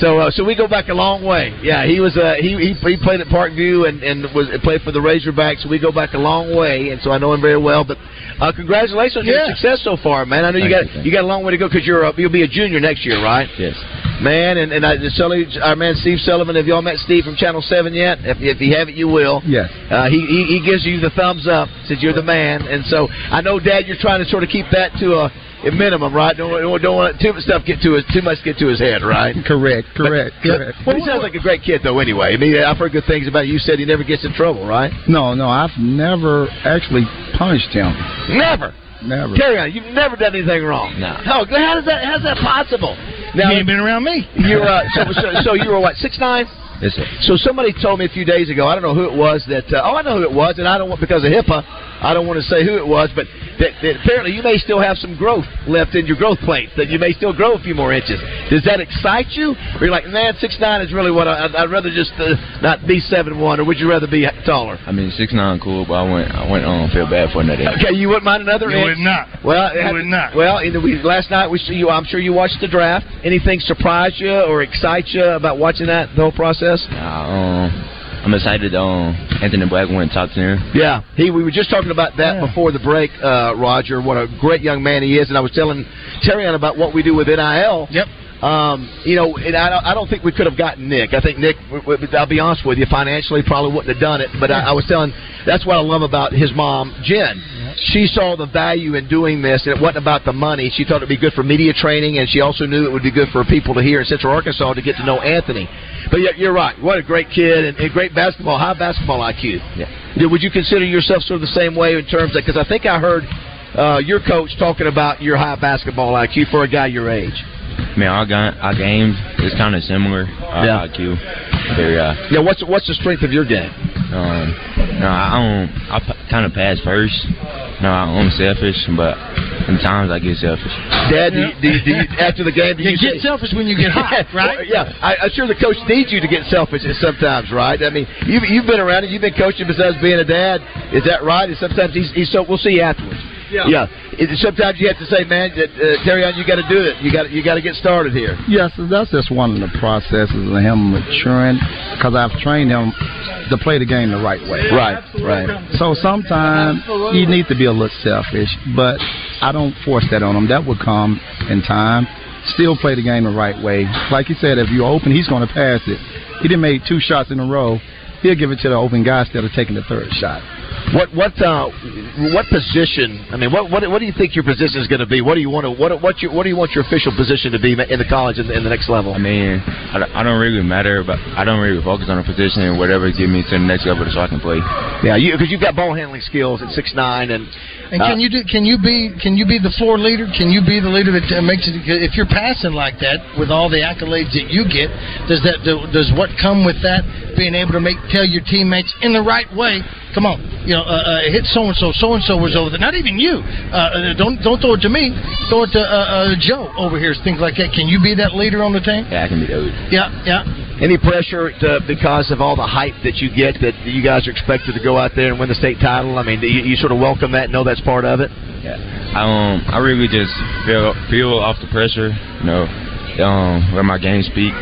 [SPEAKER 3] So uh, so we go back a long way. Yeah, he was uh, he, he he played at Parkview and and was played for the Razorbacks. So we go back a long way, and so I know him very well. But uh, congratulations on your success so far, man. I know you
[SPEAKER 26] Thank you,
[SPEAKER 3] got you, got a long way to go because you're a, you'll be a junior next year, right?
[SPEAKER 26] Yes.
[SPEAKER 3] Man, and and I, Sully, our man Steve Sullivan. Have y'all met Steve from Channel Seven yet? If if you haven't, you will.
[SPEAKER 25] Yes.
[SPEAKER 3] Uh, he, he he gives you the thumbs up, says you're the man, and so I know, Dad, you're trying to sort of keep that to a, a minimum, right? Don't don't, don't want too much stuff get to his too much get to his head, right?
[SPEAKER 25] (laughs) Correct. Correct.
[SPEAKER 3] But-
[SPEAKER 25] Correct.
[SPEAKER 3] but he sounds like a great kid, though. Anyway, I mean, I've heard good things about you. You said he never gets in trouble, right?
[SPEAKER 25] No, no, I've never actually punished him.
[SPEAKER 3] Never.
[SPEAKER 25] Never.
[SPEAKER 3] Carry on. You've never done anything wrong. No. How, how does that? How's that possible? Now,
[SPEAKER 25] You ain't
[SPEAKER 3] been
[SPEAKER 25] around me.
[SPEAKER 3] You're uh, so, so, so you were what six nine?
[SPEAKER 26] Yes, sir.
[SPEAKER 3] So somebody told me a few days ago. I don't know who it was that. Uh, oh, I know who it was, and I don't want because of HIPAA. I don't want to say who it was, but that, that apparently you may still have some growth left in your growth plate. That you may still grow a few more inches. Does that excite you? Or you're like, man, six nine is really what I, I'd, I'd rather just uh, not be seven one, or would you rather be taller?
[SPEAKER 26] I mean, six nine cool, but I went I went um feel bad for another.
[SPEAKER 3] Okay, you wouldn't mind another
[SPEAKER 26] You
[SPEAKER 3] inch?
[SPEAKER 26] would not.
[SPEAKER 3] Well,
[SPEAKER 26] You
[SPEAKER 3] it had-
[SPEAKER 26] would not.
[SPEAKER 3] Well, either we, last night we see you. I'm sure you watched the draft. Anything surprise you or excite you about watching that the whole process?
[SPEAKER 26] Nah, um, I'm excited. Um, Anthony Black went top ten.
[SPEAKER 3] Yeah, he. We were just talking about that before the break, uh, Roger. What a great young man he is, and I was telling Terrion about what we do with NIL. Yep. Um, you know, and I, don't- I don't think we could have gotten Nick. I think Nick, w- w- I'll be honest with you, financially probably wouldn't have done it. But I, I was telling, that's what I love about his mom, Jen. She saw the value in doing this, and it wasn't about the money. She thought it'd be good for media training, and she also knew it would be good for people to hear in Central Arkansas to get to know Anthony. But yeah, you're right. What a great kid and, and great basketball, high basketball IQ. Yeah, Would you consider yourself sort of the same way in terms of? Because I think I heard uh, your coach talking about your high basketball IQ for a guy your age.
[SPEAKER 26] Man, our gun, our game is kind of similar. Our
[SPEAKER 3] Yeah.
[SPEAKER 26] IQ, very high.
[SPEAKER 3] Yeah, what's what's the strength of your game?
[SPEAKER 26] Um, no, I don't. I p- kind of pass first. No, I'm selfish, but sometimes I get selfish.
[SPEAKER 3] Dad, do you, do you, do you, after the game, do you, get selfish when you (laughs)
[SPEAKER 26] get hot,
[SPEAKER 3] right? yeah, I, I'm sure the coach needs you to get selfish sometimes, right? I mean, you've, you've been around it, you've been coaching besides being a dad. Is that right? And sometimes he's, he's so. We'll see you afterwards.
[SPEAKER 25] Yeah.
[SPEAKER 3] Yeah. It- Sometimes you have to say, man, that, uh, Terry, you got to do it. You got you got to get started here.
[SPEAKER 25] Yes, that's just one of the processes of him maturing because I've trained him to play the game the right way.
[SPEAKER 3] Right, right.
[SPEAKER 25] So sometimes you need to be a little selfish, but I don't force that on him. That will come in time. Still play the game the right way. Like you said, if you open, he's going to pass it. He didn't make two shots in a row. He'll give it to the open guy instead of taking the third shot.
[SPEAKER 3] What what uh, what position? I mean, what, what what do you think your position is going to be? What do you want to what what you what do you want your official position to be in the college in the, in the next level?
[SPEAKER 26] I mean, I, don't- I don't really matter, but I don't really focus on a position and whatever get me to the next level so I can play.
[SPEAKER 3] Yeah, you because you've got ball handling skills at six nine and.
[SPEAKER 7] And
[SPEAKER 3] uh,
[SPEAKER 7] can you do, can you be can you be the floor leader? Can you be the leader that uh, makes it? If you're passing like that with all the accolades that you get, does that do, does what come with that being able to make tell your teammates in the right way? Come on, you know, uh, uh, hit so and so, so and so was over there. Not even you. Uh, uh, don't don't throw it to me. Throw it to uh, uh, Joe over here. Things like that. Can you be that leader on the team?
[SPEAKER 26] Yeah, I can be the
[SPEAKER 7] Yeah, yeah.
[SPEAKER 3] Any pressure to, because of all the hype that you get that you guys are expected to go out there and win the state title? I mean, do you, you sort of welcome that, and know that's part of it.
[SPEAKER 26] Um, I really just feel feel off the pressure. You know, um, let my game speak.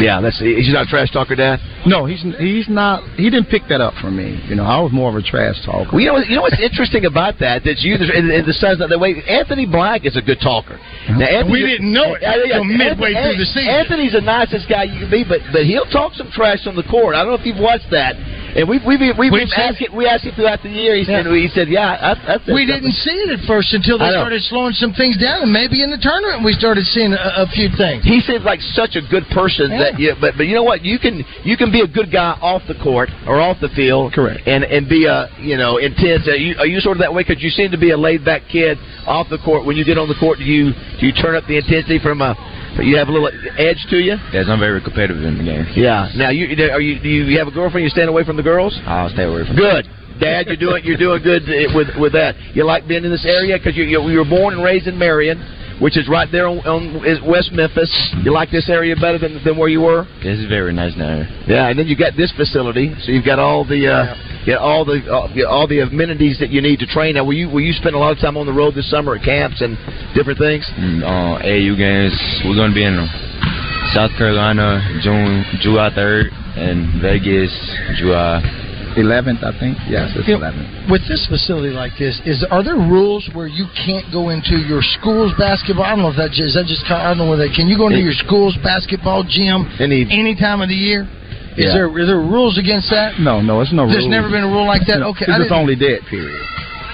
[SPEAKER 3] Yeah, that's he's not a trash talker, Dad.
[SPEAKER 25] No, he's he's not. He didn't pick that up from me. You know, I was more of a trash talker.
[SPEAKER 3] Well, you know, you know what's interesting about that that you and, and the sons that way Anthony Black is a good talker. Now, Anthony,
[SPEAKER 7] We didn't know it until midway through the season.
[SPEAKER 3] Anthony's the nicest guy you can be, but but he'll talk some trash on the court. I don't know if you've watched that. And we've we've we've,
[SPEAKER 7] We've
[SPEAKER 3] we've
[SPEAKER 7] seen
[SPEAKER 3] asked it, we asked him throughout the year. He said
[SPEAKER 7] Yeah.
[SPEAKER 3] he said yeah. I, I said
[SPEAKER 7] We
[SPEAKER 3] something.
[SPEAKER 7] didn't see it at first until they
[SPEAKER 3] I know.
[SPEAKER 7] started slowing some things down, and maybe in the tournament we started seeing a, a few things.
[SPEAKER 3] He seems like such a good person that you, but but you know what you can you can be a good guy off the court or off the field correct and and be a you know intense are you, are you sort of that way because you seem to be a laid back kid off the court when you get on the court do you do you turn up the intensity from a you have a little edge to you
[SPEAKER 26] Yes, I'm very competitive in the game.
[SPEAKER 3] yeah now you are you do you have a girlfriend you stand away from the girls
[SPEAKER 26] I'll stay away from.
[SPEAKER 3] good dad you're doing you're doing good with with that you like being in this area because you you you were born and raised in Marion. Which is right there on, on is West Memphis. You like this area better than, than where you were?
[SPEAKER 26] This is very nice now.
[SPEAKER 3] Yeah, and then you got this facility, so you've got all the uh, get all the uh, get all the amenities that you need to train. Now, will you will you spend a lot of time on the road this summer at camps and different things?
[SPEAKER 26] And, uh, AU games, we're gonna be in South Carolina June July third and Vegas July
[SPEAKER 25] eleventh, I think. Yes, it's
[SPEAKER 7] Yeah.
[SPEAKER 25] eleventh.
[SPEAKER 7] With this facility like this, is are there rules where you can't go into your school's basketball? I don't know if that is that just kind of, I don't know whether can you go into your school's basketball gym
[SPEAKER 3] any
[SPEAKER 7] time of the year? Is
[SPEAKER 25] Yeah.
[SPEAKER 7] there are there rules against that?
[SPEAKER 25] No, no, it's no.
[SPEAKER 7] There's
[SPEAKER 25] rules.
[SPEAKER 7] never been a rule like that?
[SPEAKER 25] No,
[SPEAKER 7] Okay, I
[SPEAKER 25] it's just
[SPEAKER 7] didn't-
[SPEAKER 25] only dead period.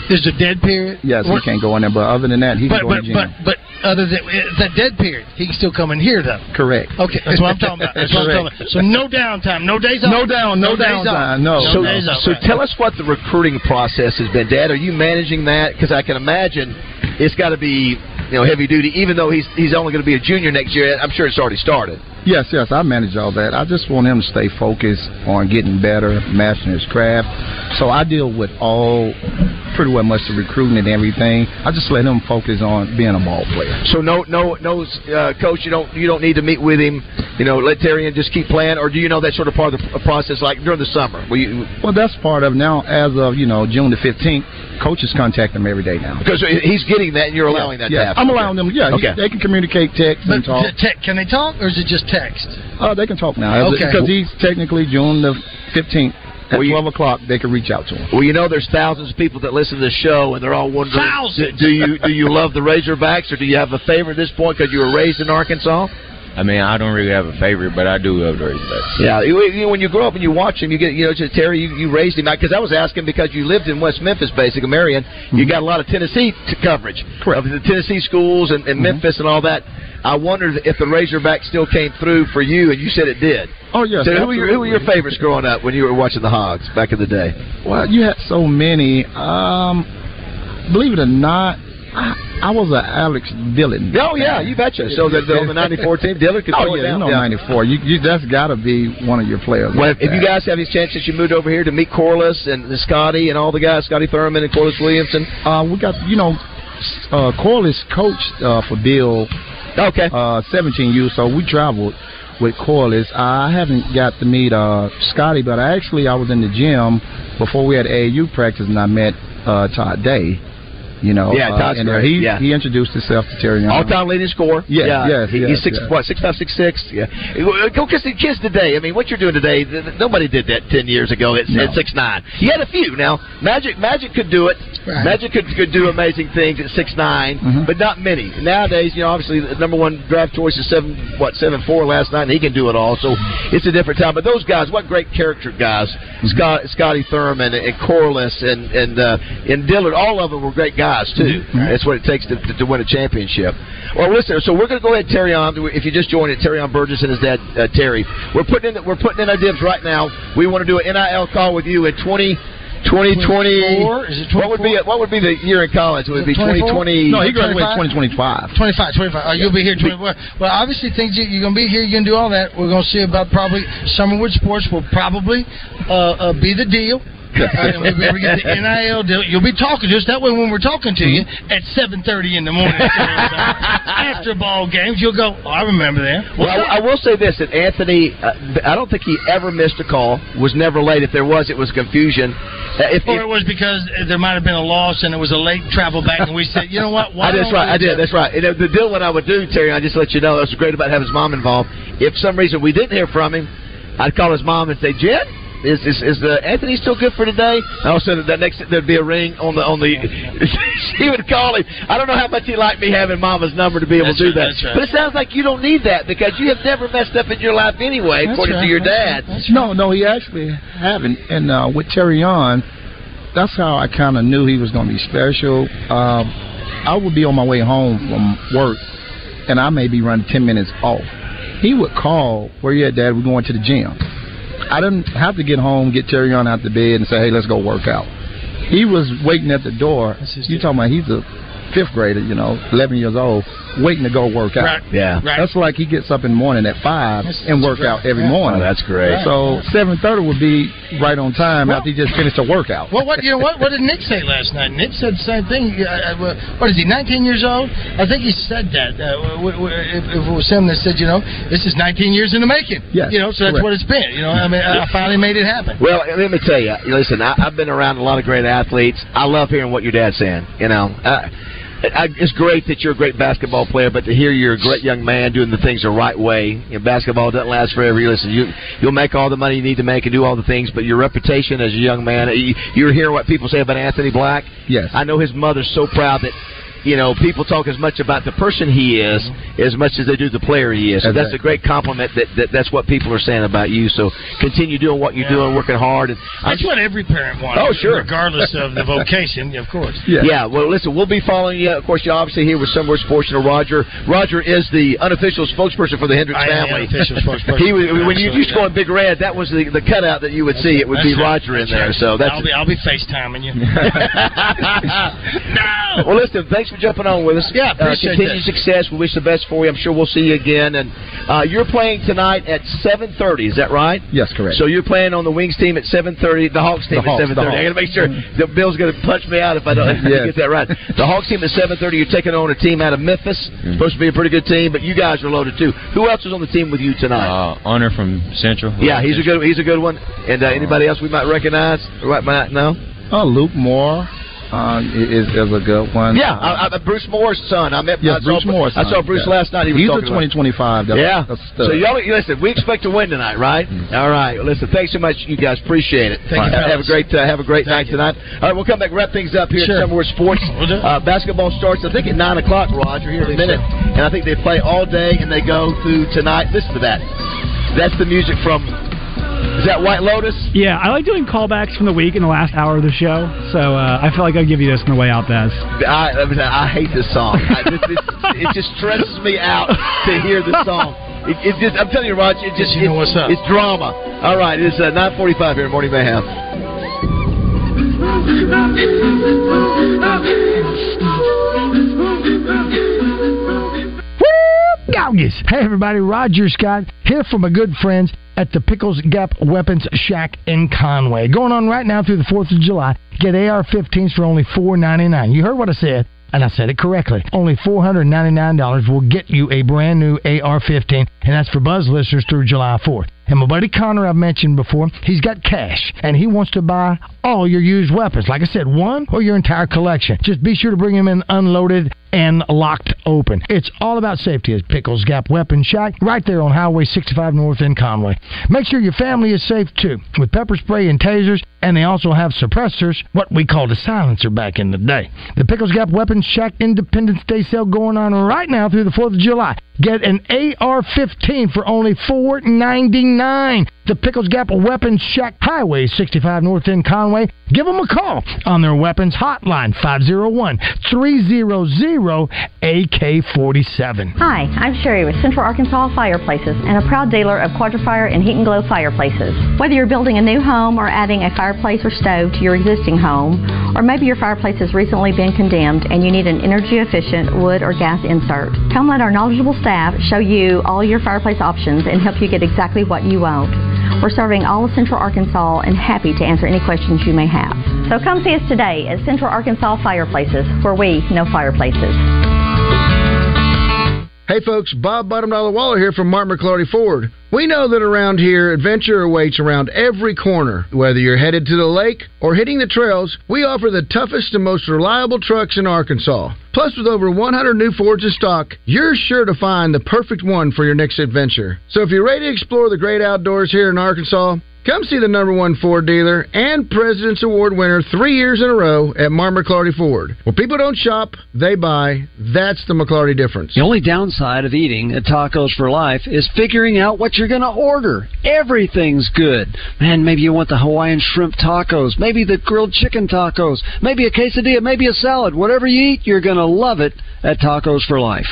[SPEAKER 7] There's a dead period.
[SPEAKER 25] Yes,
[SPEAKER 7] What-
[SPEAKER 25] he can't go in there. But other than that, he
[SPEAKER 7] but
[SPEAKER 25] can go
[SPEAKER 7] but,
[SPEAKER 25] in the
[SPEAKER 7] but
[SPEAKER 25] gym.
[SPEAKER 7] but other than uh, that dead period, he can still come in here though.
[SPEAKER 25] Correct.
[SPEAKER 7] Okay, that's what I'm talking about. That's what I'm talking about. So no downtime, no days off.
[SPEAKER 25] No down- no
[SPEAKER 7] days off.
[SPEAKER 25] downtime, no.
[SPEAKER 7] no
[SPEAKER 3] So,
[SPEAKER 7] days off.
[SPEAKER 3] so
[SPEAKER 7] right.
[SPEAKER 3] tell us what the recruiting process has been, Dad. Are you managing that? Because I can imagine it's got to be you know heavy duty. Even though he's he's only going to be a junior next year, I'm sure it's already started.
[SPEAKER 25] Yes, yes, I manage all that. I just want him to stay focused on getting better, mastering his craft. So I deal with all pretty well much the recruiting and everything. I just let him focus on being a ball player.
[SPEAKER 3] So no, no, no, uh, coach. You don't, you don't need to meet with him. You know, let Terry and just keep playing, or do you know that sort of part of the uh, process, like during the summer? Will you,
[SPEAKER 25] Well, that's part of now. As of you know, June the fifteenth, coaches contact him every day now.
[SPEAKER 3] because he's getting that, and you're allowing that
[SPEAKER 25] yeah,
[SPEAKER 3] to happen.
[SPEAKER 25] I'm allowing them. Yeah,
[SPEAKER 3] Okay.
[SPEAKER 25] he- they can communicate, text, and talk.
[SPEAKER 7] T- te- can they talk, or is it just text?
[SPEAKER 25] Uh, they can talk now
[SPEAKER 7] Okay.
[SPEAKER 25] because he's technically June the fifteenth at
[SPEAKER 3] Well, you-
[SPEAKER 25] twelve o'clock. They can reach out to him.
[SPEAKER 3] Well, you know, there's thousands of people that listen to the show, and they're all wondering,
[SPEAKER 7] Thousands!
[SPEAKER 3] Do, do you do you love the Razorbacks, or do you have a favorite at this point because you were raised in Arkansas?
[SPEAKER 26] I mean, I don't really have a favorite, but I do love the Razorbacks.
[SPEAKER 3] Yeah, you, you, when you grow up and you watch him, you get you know just Terry, you, you raised him because I was asking because you lived in West Memphis, basically Marion.
[SPEAKER 25] Mm-hmm.
[SPEAKER 3] You got a lot of Tennessee t- coverage of the Tennessee schools and, and
[SPEAKER 25] Mm-hmm.
[SPEAKER 3] Memphis and all that. I wondered if the Razorback still came through for you, and you said it did.
[SPEAKER 25] Oh yes.
[SPEAKER 3] so who were, your, who were your
[SPEAKER 25] absolutely.
[SPEAKER 3] favorites growing up when you were watching the Hogs back in the day?
[SPEAKER 25] Well, you had so many. Um, believe it or not, I, I was a Alex Dillon.
[SPEAKER 3] Oh yeah, you betcha. So the, the, the '94 team, Dillard could
[SPEAKER 25] Oh
[SPEAKER 3] throw it
[SPEAKER 25] yeah, you
[SPEAKER 3] down.
[SPEAKER 25] know
[SPEAKER 3] Yeah.
[SPEAKER 25] '94. You, you that's got to be one of your players.
[SPEAKER 3] Well, if,
[SPEAKER 25] like
[SPEAKER 3] if you
[SPEAKER 25] that.
[SPEAKER 3] guys have any chance since you moved over here to meet Corliss and Scotty and all the guys, Scotty Thurman and Corliss Williamson.
[SPEAKER 25] Uh, we got you know, uh, Corliss coached uh, for Bill.
[SPEAKER 3] Okay.
[SPEAKER 25] Uh, 17 years, so we traveled with Corliss. I haven't got to meet uh, Scotty, but I actually I was in the gym before we had AAU practice, and I met uh, Todd Day. You know,
[SPEAKER 3] Yeah,
[SPEAKER 25] uh,
[SPEAKER 3] Todd's
[SPEAKER 25] and uh,
[SPEAKER 3] great,
[SPEAKER 25] he
[SPEAKER 3] yeah.
[SPEAKER 25] he introduced himself to Terry. Young.
[SPEAKER 3] All-time leading scorer.
[SPEAKER 25] Yes,
[SPEAKER 3] yeah,
[SPEAKER 25] yes,
[SPEAKER 3] He-
[SPEAKER 25] yes,
[SPEAKER 3] he's six,
[SPEAKER 25] yes.
[SPEAKER 3] what six five, six six. Yeah, go kiss the kids today. I mean, what you're doing today, th- th- nobody did that ten years ago. It's
[SPEAKER 25] No.
[SPEAKER 3] at six nine. He had a few. Now, Magic, Magic could do it.
[SPEAKER 25] Right. Mm-hmm.
[SPEAKER 3] Magic could could do amazing things at six but not many. Nowadays, you know, obviously the number one draft choice is seven what seven four last night, and he can do it all. So it's a different time. But those guys, what great character guys,
[SPEAKER 25] Mm-hmm.
[SPEAKER 3] Scott, Scotty Thurman and Corliss and and uh, and Dillard, all of them were great guys too.
[SPEAKER 7] Mm-hmm.
[SPEAKER 3] That's what it takes to, to, to win a championship. Well, listen, so we're going to go ahead, Terry on. If you just joined it, Terry on Burgess and his dad uh, Terry. We're putting in we're putting in our dibs right now. We want to do an NIL call with you in twenty. 2020.
[SPEAKER 7] 24? Is it
[SPEAKER 3] What would be what would be the year in college? Would it be 2020?
[SPEAKER 25] No, he graduated 2025.
[SPEAKER 7] 25, 25. Oh, you'll be here 24. Well, obviously, things you, you're going to be here. You're going to do all that. We're going to see about probably Summerwood Sports will probably uh, uh, be the deal. And we, we get
[SPEAKER 3] (laughs)
[SPEAKER 7] the NIL deal. You'll be talking to us. That way, when we're talking to you
[SPEAKER 3] Mm-hmm.
[SPEAKER 7] at 7.30 in the
[SPEAKER 3] (laughs)
[SPEAKER 7] morning after ball games, you'll go, oh, I remember that.
[SPEAKER 3] Well, I, I will say this: that Anthony, uh, I don't think he ever missed a call. Was never late. If there was, it was confusion. Uh, if,
[SPEAKER 7] or it
[SPEAKER 3] if-
[SPEAKER 7] was because there might have been a loss and it was a late travel back, and we said, you know what? Why
[SPEAKER 3] (laughs) I, that's
[SPEAKER 7] don't
[SPEAKER 3] right.
[SPEAKER 7] we
[SPEAKER 3] I did.
[SPEAKER 7] just-
[SPEAKER 3] That's right. And uh, the deal what I would do, Terry, I just let you know. That's great about having his mom involved. If for some reason we didn't hear from him, I'd call his mom and say, Jen. Is, is, is uh, Anthony still good for today? And all of a sudden, that next there'd be a ring on the on the. (laughs) she would call him. I don't know how much he liked me having Mama's number to be able
[SPEAKER 7] That's
[SPEAKER 3] to do
[SPEAKER 7] right,
[SPEAKER 3] that.
[SPEAKER 7] that's right.
[SPEAKER 3] But it sounds like you don't need that because you have never messed up in your life anyway,
[SPEAKER 7] That's
[SPEAKER 3] according to
[SPEAKER 7] right,
[SPEAKER 3] your
[SPEAKER 7] that's
[SPEAKER 3] dad.
[SPEAKER 25] No, no, he actually haven't. And uh, with Terry on, that's how I kind of knew he was going to be special. Um, I would be on my way home from work, and I may be running ten minutes off. He would call, "Where you at, Dad? We're going to the gym." I didn't have to get home, get Terry on out the bed, and say, "Hey, let's go work out." He was waiting at the door. You talking about he's a fifth grader, you know, eleven years old, waiting to go work out.
[SPEAKER 3] Right. Yeah. Right.
[SPEAKER 25] That's like he gets up in the morning at five and work out every
[SPEAKER 7] Yeah.
[SPEAKER 25] morning.
[SPEAKER 7] Oh, that's great.
[SPEAKER 25] So seven thirty would be right on time after he just finished a workout.
[SPEAKER 7] Well, what you know what? What did Nick say last night? Nick said the same thing. Uh, uh, what is he? 19 years old? I think he said that. Uh, w- w- if, if it was him that said, you know, this is 19 years in the making.
[SPEAKER 3] Yes,
[SPEAKER 7] You know, so that's
[SPEAKER 3] correct.
[SPEAKER 7] what it's been. You know, I mean, I
[SPEAKER 3] Yeah.
[SPEAKER 7] finally made it happen.
[SPEAKER 3] Well, let me tell you. Listen, I, I've been around a lot of great athletes. I love hearing what your dad's saying. You know, I, I, it's great that you're a great basketball player, but to hear you're a great young man doing the things the right way. You know, basketball doesn't last forever. You listen, you you'll make all the money you need to make and do all the things, but your reputation as a young man. You, you're hearing what people say about Anthony Black.
[SPEAKER 25] Yes.
[SPEAKER 3] I know his mother's so proud that. You know, people talk as much about the person he is
[SPEAKER 7] Mm-hmm.
[SPEAKER 3] as much as they do the player he is. So that's a
[SPEAKER 25] Exactly.
[SPEAKER 3] great compliment that, that that's what people are saying about you. So continue doing what you're doing, working hard. And I'm-
[SPEAKER 7] That's what every parent wants.
[SPEAKER 3] Oh, sure.
[SPEAKER 7] Regardless of the vocation, of course.
[SPEAKER 3] yeah. well, listen, we'll be following you. Of course, you're obviously here with Somewhere Sports and Roger. Roger is the unofficial spokesperson for the Hendricks
[SPEAKER 7] I am the
[SPEAKER 3] family. (laughs)
[SPEAKER 7] unofficial spokesperson.
[SPEAKER 3] he was, when you
[SPEAKER 7] Absolutely,
[SPEAKER 3] used to call
[SPEAKER 7] yeah.
[SPEAKER 3] him Big Red, that was the, the cutout that you would see. (laughs) It would
[SPEAKER 7] That's
[SPEAKER 3] be
[SPEAKER 7] it.
[SPEAKER 3] Roger in
[SPEAKER 7] That's right.
[SPEAKER 3] there. So that's
[SPEAKER 7] I'll be, I'll be FaceTiming
[SPEAKER 3] (laughs)
[SPEAKER 7] you. (laughs)
[SPEAKER 3] Well, listen, thanks for jumping on with us. Yeah,
[SPEAKER 7] appreciate
[SPEAKER 3] uh, Continued
[SPEAKER 7] that.
[SPEAKER 3] success. We wish the best for you. I'm sure we'll see you again. And uh, you're playing tonight at 7.30, is that right?
[SPEAKER 25] Yes, correct.
[SPEAKER 3] So you're playing on the Wings team at 7.30, the Hawks team
[SPEAKER 25] The Hawks,
[SPEAKER 3] at 7.30.
[SPEAKER 25] the
[SPEAKER 3] I got to
[SPEAKER 25] Hawks.
[SPEAKER 3] make sure the Bill's going to punch me out if I don't get
[SPEAKER 25] Yes.
[SPEAKER 3] that right. The Hawks team at 7.30, you're taking on a team out of Memphis.
[SPEAKER 25] Mm-hmm.
[SPEAKER 3] Supposed to be a pretty good team, but you guys are loaded too. Who else is on the team with you tonight?
[SPEAKER 26] Uh, Honor from Central.
[SPEAKER 3] yeah, he's a good he's a good one. And uh, anybody else we might recognize? Right, might know?
[SPEAKER 25] Uh, Luke Moore uh, is, is a good one.
[SPEAKER 3] Yeah, I, I, Bruce Moore's son. I met
[SPEAKER 25] Uh,
[SPEAKER 3] I
[SPEAKER 25] Yeah, Bruce
[SPEAKER 3] saw,
[SPEAKER 25] Moore.
[SPEAKER 3] I saw Bruce last night. He was
[SPEAKER 25] He's
[SPEAKER 3] talking
[SPEAKER 25] a
[SPEAKER 3] about it.
[SPEAKER 25] 2025. That's,
[SPEAKER 3] yeah.
[SPEAKER 25] That's Mm-hmm.
[SPEAKER 3] so y'all listen. We expect to win tonight, right? All right. Listen. Thanks so much, you guys. Appreciate it.
[SPEAKER 25] Thank you,
[SPEAKER 3] Have, have
[SPEAKER 25] fellas.
[SPEAKER 3] a great uh, have a great night tonight. All right, we'll come back wrap things up here
[SPEAKER 25] Sure.
[SPEAKER 3] at Summerwood Sports. Uh, basketball starts I think at nine o'clock, Roger. Here in a minute, and I think they play all day and they go through tonight. Listen to that. That's the music from. Is that White Lotus?
[SPEAKER 5] Yeah, I like doing callbacks from the week in the last hour of the show, so uh, I feel like I'll give you this on the way out, Daz.
[SPEAKER 3] I, I, mean, I hate this song. I, this, this, it just stresses me out to hear this song. It, it just, I'm telling you, Roger, it just it- it's drama. All right, it's uh, 9:45 here in Morning Mayhem.
[SPEAKER 4] Woo! Gougis. Hey, everybody. Roger Scott here from my good friends at the Pickles Gap Weapons Shack in Conway. Going on right now through the 4th of July. Get AR-15s for only $4.99. You heard what I said. And I said it correctly. Only $499 will get you a brand new AR-15, and that's for Buzz listeners through July 4th. And my buddy Connor, I've mentioned before, he's got cash and he wants to buy all your used weapons. Like I said, one or your entire collection. Just be sure to bring him in unloaded and locked open. It's all about safety at Pickles Gap Weapon Shack right there on Highway 65 North in Conway. Make sure your family is safe too with pepper spray and tasers, and they also have suppressors, what we called a silencer back in the day. The Pickles Gap Weapon Shack Independence Day sale going on right now through the 4th of July. Get an AR-15 for only $4.99. The Pickles Gap Weapons Shack Highway 65 North in Conway. Give them a call on their weapons hotline 501-300-AK47.
[SPEAKER 13] Hi, I'm Sherry with Central Arkansas Fireplaces and a proud dealer of Quadrifire and Heat and Glow fireplaces. Whether you're building a new home or adding a fireplace or stove to your existing home, or maybe your fireplace has recently been condemned and you need an energy efficient wood or gas insert, come let our knowledgeable staff show you all your fireplace options and help you get exactly what you want. We're serving all of Central Arkansas and happy to answer any questions you may have. So come see us today at Central Arkansas Fireplaces, where we know fireplaces.
[SPEAKER 9] Hey folks, Bob Bottom Dollar Waller here from Martin McClarty Ford. We know that around here, adventure awaits around every corner. Whether you're headed to the lake or hitting the trails, we offer the toughest and most reliable trucks in Arkansas. Plus, with over 100 new Fords in stock, you're sure to find the perfect one for your next adventure. So if you're ready to explore the great outdoors here in Arkansas, come see the number one Ford dealer and President's Award winner three years in a row at Martin McClarty Ford. Where people don't shop, they buy. That's the McClarty difference.
[SPEAKER 5] The only downside of eating at Tacos for Life is figuring out what you're going to order. Everything's good. Man, maybe you want the Hawaiian shrimp tacos, maybe the grilled chicken tacos, maybe a quesadilla, maybe a salad. Whatever you eat, you're going to love it at Tacos for Life.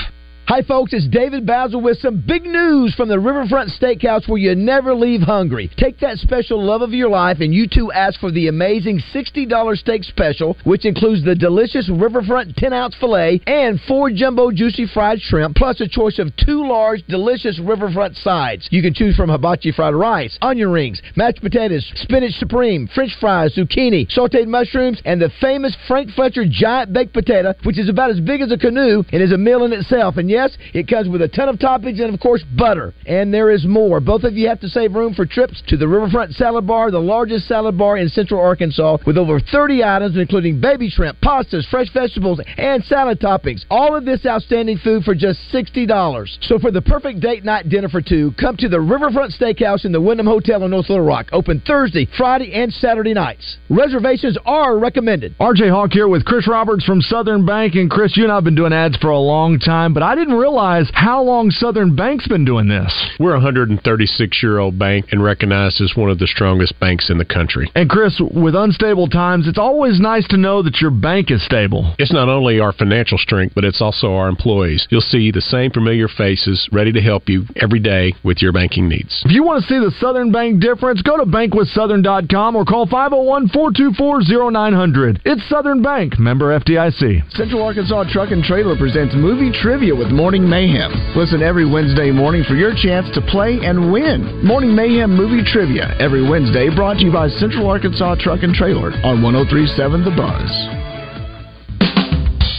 [SPEAKER 3] Hi, folks. It's David Basil with some big news from the Riverfront Steakhouse where you never leave hungry. Take that special love of your life and you too ask for the amazing $60 steak special, which includes the delicious Riverfront 10 ounce filet and four jumbo juicy fried shrimp, plus a choice of two large, delicious Riverfront sides. You can choose from hibachi fried rice, onion rings, mashed potatoes, spinach supreme, french fries, zucchini, sauteed mushrooms, and the famous Frank Fletcher giant baked potato, which is about as big as a canoe and is a meal in itself. And yes, it comes with a ton of toppings and, of course, butter. And there is more. Both of you have to save room for trips to the Riverfront Salad Bar, the largest salad bar in central Arkansas, with over 30 items, including baby shrimp, pastas, fresh vegetables, and salad toppings. All of this outstanding food for just $60. So for the perfect date night dinner for two, come to the Riverfront Steakhouse in the Wyndham Hotel in North Little Rock, open Thursday, Friday, and Saturday nights. Reservations are recommended.
[SPEAKER 9] RJ Hawk here with Chris Roberts from Southern Bank. And Chris, you and I have been doing ads for a long time, but I didn't realize how long Southern Bank's been doing this.
[SPEAKER 27] We're a 136 year old bank and recognized as one of the strongest banks in the country.
[SPEAKER 9] And Chris, with unstable times, it's always nice to know that your bank is stable.
[SPEAKER 27] It's not only our financial strength, but it's also our employees. You'll see the same familiar faces ready to help you every day with your banking needs.
[SPEAKER 9] If you want to see the Southern Bank difference, go to bankwithsouthern.com or call 501 424 0900. It's Southern Bank, member FDIC.
[SPEAKER 28] Central Arkansas Truck and Trailer presents movie trivia with Morning Mayhem. Listen every Wednesday morning for your chance to play and win. Morning Mayhem movie trivia every Wednesday brought to you by Central Arkansas Truck and Trailer on 1037 The Buzz.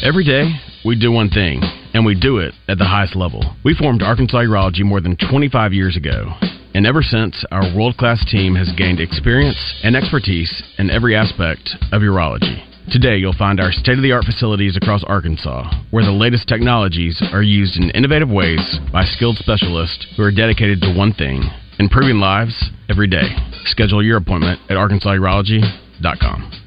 [SPEAKER 20] Every day, we do one thing, and we do it at the highest level. We formed Arkansas Urology more than 25 years ago, and ever since, our world class team has gained experience and expertise in every aspect of urology. Today, you'll find our state of the art facilities across Arkansas, where the latest technologies are used in innovative ways by skilled specialists who are dedicated to one thing improving lives every day. Schedule your appointment at arkansasurology.com.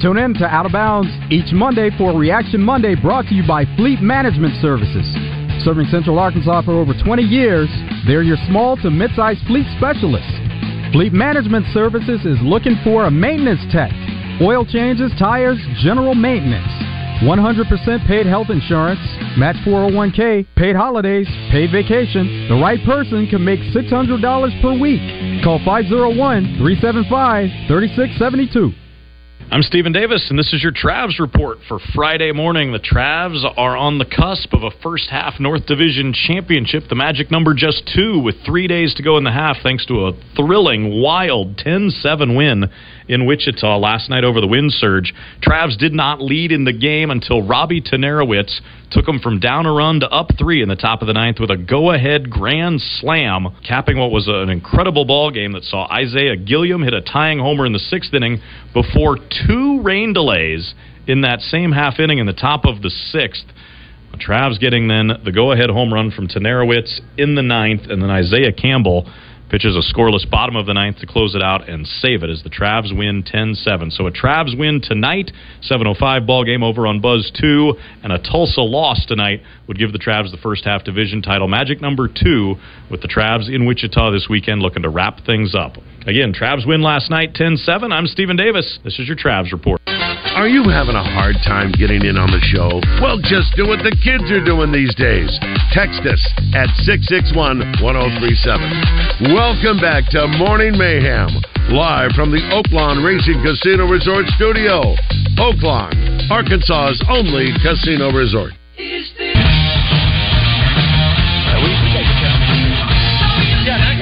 [SPEAKER 29] Tune in to Out of Bounds each Monday for Reaction Monday brought to you by Fleet Management Services. Serving Central Arkansas for over 20 years, they're your small to mid-sized fleet specialists. Fleet Management Services is looking for a maintenance tech. Oil changes, tires, general maintenance. 100% paid health insurance, match 401k, paid holidays, paid vacation. The right person can make $600 per week. Call 501 375 3672.
[SPEAKER 30] I'm Stephen Davis, and this is your Travs report for Friday morning. The Travs are on the cusp of a first half North Division championship. The magic number just two, with three days to go in the half, thanks to a thrilling, wild 10 7 win in Wichita last night over the wind surge. Travs did not lead in the game until Robbie Tenerowitz took them from down a run to up three in the top of the ninth with a go ahead grand slam, capping what was an incredible ball game that saw Isaiah Gilliam hit a tying homer in the sixth inning before two rain delays in that same half inning in the top of the sixth. Travs getting then the go ahead home run from Tenerowitz in the ninth, and then Isaiah Campbell pitches a scoreless bottom of the ninth to close it out and save it as the Travs win 10-7. So a Travs win tonight, 7:05 ball game over on Buzz 2, and a Tulsa loss tonight would give the Travs the first half division title. Magic number 2 with the Travs in Wichita this weekend looking to wrap things up. Again, Travs win last night 10-7. I'm Stephen Davis. This is your Travs report.
[SPEAKER 1] Are you having a hard time getting in on the show? Well, just do what the kids are doing these days. Text us at 661 1037. Welcome back to Morning Mayhem, live from the Oaklawn Racing Casino Resort Studio. Oaklawn, Arkansas's only casino resort.
[SPEAKER 7] Is this-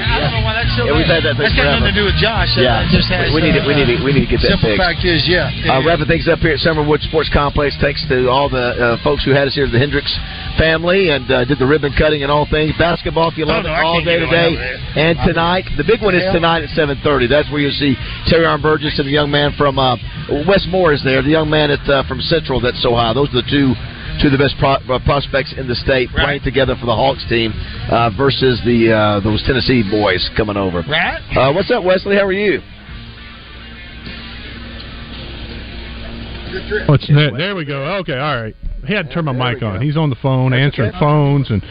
[SPEAKER 3] had that thing
[SPEAKER 7] That's got
[SPEAKER 3] forever.
[SPEAKER 7] nothing to do with Josh. That
[SPEAKER 3] Yeah.
[SPEAKER 7] just has,
[SPEAKER 3] we, we need
[SPEAKER 7] uh,
[SPEAKER 3] to, we need to, we need to get that
[SPEAKER 7] Simple
[SPEAKER 3] fixed.
[SPEAKER 7] fact is, yeah.
[SPEAKER 3] Uh, wrapping things up here at Summerwood Sports Complex. Thanks to all the uh, folks who had us here, the Hendricks family, and uh, did the ribbon cutting and all things. Basketball, if you love
[SPEAKER 7] Oh, no,
[SPEAKER 3] it,
[SPEAKER 7] I
[SPEAKER 3] all
[SPEAKER 7] can't
[SPEAKER 3] day
[SPEAKER 7] get away
[SPEAKER 3] today
[SPEAKER 7] over there.
[SPEAKER 3] and
[SPEAKER 7] I mean,
[SPEAKER 3] tonight. The big one is
[SPEAKER 7] hell.
[SPEAKER 3] tonight at 7:30. That's where you'll see Terry Arm Burgess and the young man from uh, Westmore is there. The young man at, uh, from Central that's so high. Those are the two. Two of the best pro- uh, prospects in the state playing together for the Hawks team uh, versus the uh, those Tennessee boys coming over.
[SPEAKER 7] Right.
[SPEAKER 3] Uh, what's up, Wesley? How are you?
[SPEAKER 31] What's that? There we go. Okay, all right. He had to turn my mic on. He's on the phone, answering phones, and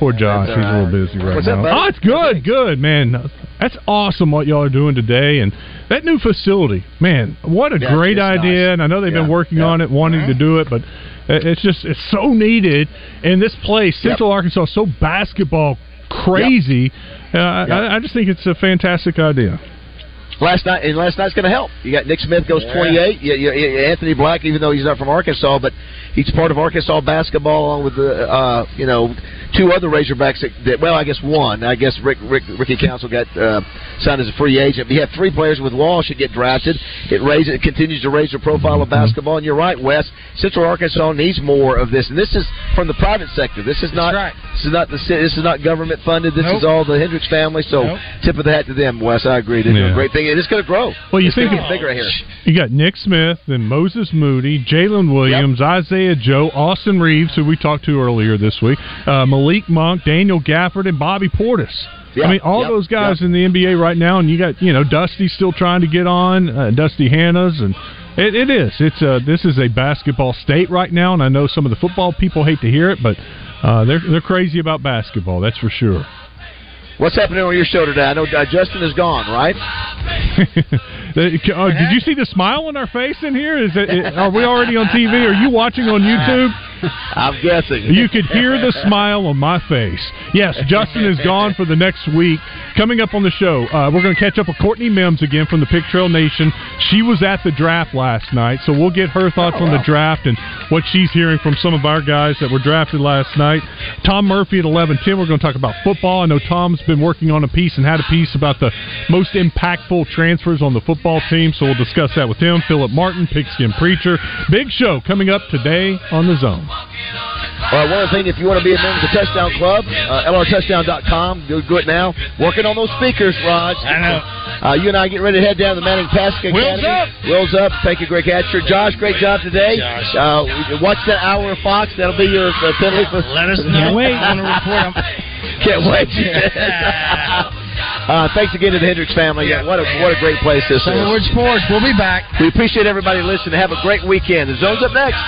[SPEAKER 31] poor Josh.
[SPEAKER 32] all
[SPEAKER 31] He's a little busy right
[SPEAKER 32] What's up,
[SPEAKER 31] now.
[SPEAKER 32] buddy?
[SPEAKER 31] oh, it's good, good, man. That's awesome what y'all are doing today, and that new facility, man. What a
[SPEAKER 32] Yeah, it's
[SPEAKER 31] great
[SPEAKER 32] nice. Mm-hmm.
[SPEAKER 31] idea! And I know they've been working on it, wanting to do it, but it- it's just it's so needed. And this place, Central Arkansas, is so basketball crazy. Uh, I- I, I just think it's a fantastic idea.
[SPEAKER 3] Last night and last night's going to help. You got Nick Smith goes 28. You, you, you- Anthony Black, even though he's not from Arkansas, but he's part of Arkansas basketball along with the uh, you know two other Razorbacks that, that well I guess one I guess Rick, Rick Ricky Council got uh, signed as a free agent. But you have three players with Walsh that get drafted. It raises it continues to raise the profile of basketball. And you're right, Wes. Central Arkansas needs more of this, and this is from the private sector. This is not this is not the ci- this is not government funded. This is all the Hendricks family. So
[SPEAKER 31] Nope.
[SPEAKER 3] tip of the hat to them, Wes. I agree. They're doing
[SPEAKER 31] Yeah.
[SPEAKER 3] great thing, and it's going to grow.
[SPEAKER 31] Well, you
[SPEAKER 3] it's gonna
[SPEAKER 31] think-
[SPEAKER 3] get bigger here.
[SPEAKER 31] You got Nick Smith, then Moses Moody, Jalen Williams, Isaiah Joe, Austin Reeves, who we talked to earlier this week, uh, Malik Monk, Daniel Gafford, and Bobby Portis.
[SPEAKER 16] Yeah,
[SPEAKER 31] I mean, all
[SPEAKER 16] yep,
[SPEAKER 31] those guys in the NBA right now, and you got you know Dusty still trying to get on, uh, Dusty Hanna's, and it, it is. It's a, this is a basketball state right now, and I know some of the football people hate to hear it, but uh, they're they're crazy about basketball. That's for sure.
[SPEAKER 3] What's happening on your show today? I know uh, Justin is gone, right?
[SPEAKER 31] They- uh, did you see the smile on our face in here? Is it, it- are we already on TV? Are you watching on YouTube?
[SPEAKER 3] I'm guessing.
[SPEAKER 31] You could hear the smile on my face. Yes, Justin is gone for the next week. Coming up on the show, uh, we're going to catch up with Courtney Mims again from the Pick Trail Nation. She was at the draft last night, so we'll get her thoughts on the draft and what she's hearing from some of our guys that were drafted last night. Tom Murphy at 11:10. We're going to talk about football. I know Tom's been working on a piece and had a piece about the most impactful transfers on the football team, so we'll discuss that with him. Philip Martin, Pigskin Preacher. Big show coming up today on the Zone.
[SPEAKER 3] Uh, one other thing, if you want to be a member of the Touchdown Club, uh, lrtouchdown.com. Go do it now. Working on those speakers, Raj. I know. Uh, you and I get ready to head down to the Manning Pasca
[SPEAKER 7] Wheels
[SPEAKER 3] Academy.
[SPEAKER 7] up.
[SPEAKER 3] Wheels up. Thank you, Greg Hatcher. Josh, great job today.
[SPEAKER 7] Josh.
[SPEAKER 3] Uh, watch that hour of Fox. That'll be your uh, penalty for. Let us know.
[SPEAKER 7] wait. I wanna report 'em.
[SPEAKER 3] (laughs) Can't wait.
[SPEAKER 7] (laughs)
[SPEAKER 3] uh, thanks again to the Hendricks family. What a what a great place this is.
[SPEAKER 7] Summerwood Sports. We'll be back.
[SPEAKER 3] We appreciate everybody listening. Have a great weekend. The zone's up next.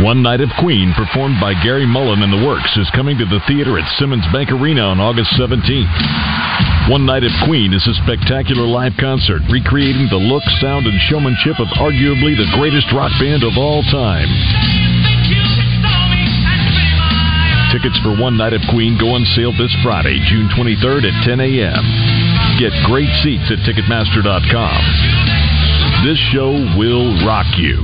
[SPEAKER 33] One Night of Queen, performed by Gary Mullen and the Works, is coming to the theater at Simmons Bank Arena on August 17th. One Night of Queen is a spectacular live concert recreating the look, sound, and showmanship of arguably the greatest rock band of all time. Tickets for One Night of Queen go on sale this Friday, June 23rd at 10 a.m. Get great seats at Ticketmaster.com. This show will rock you.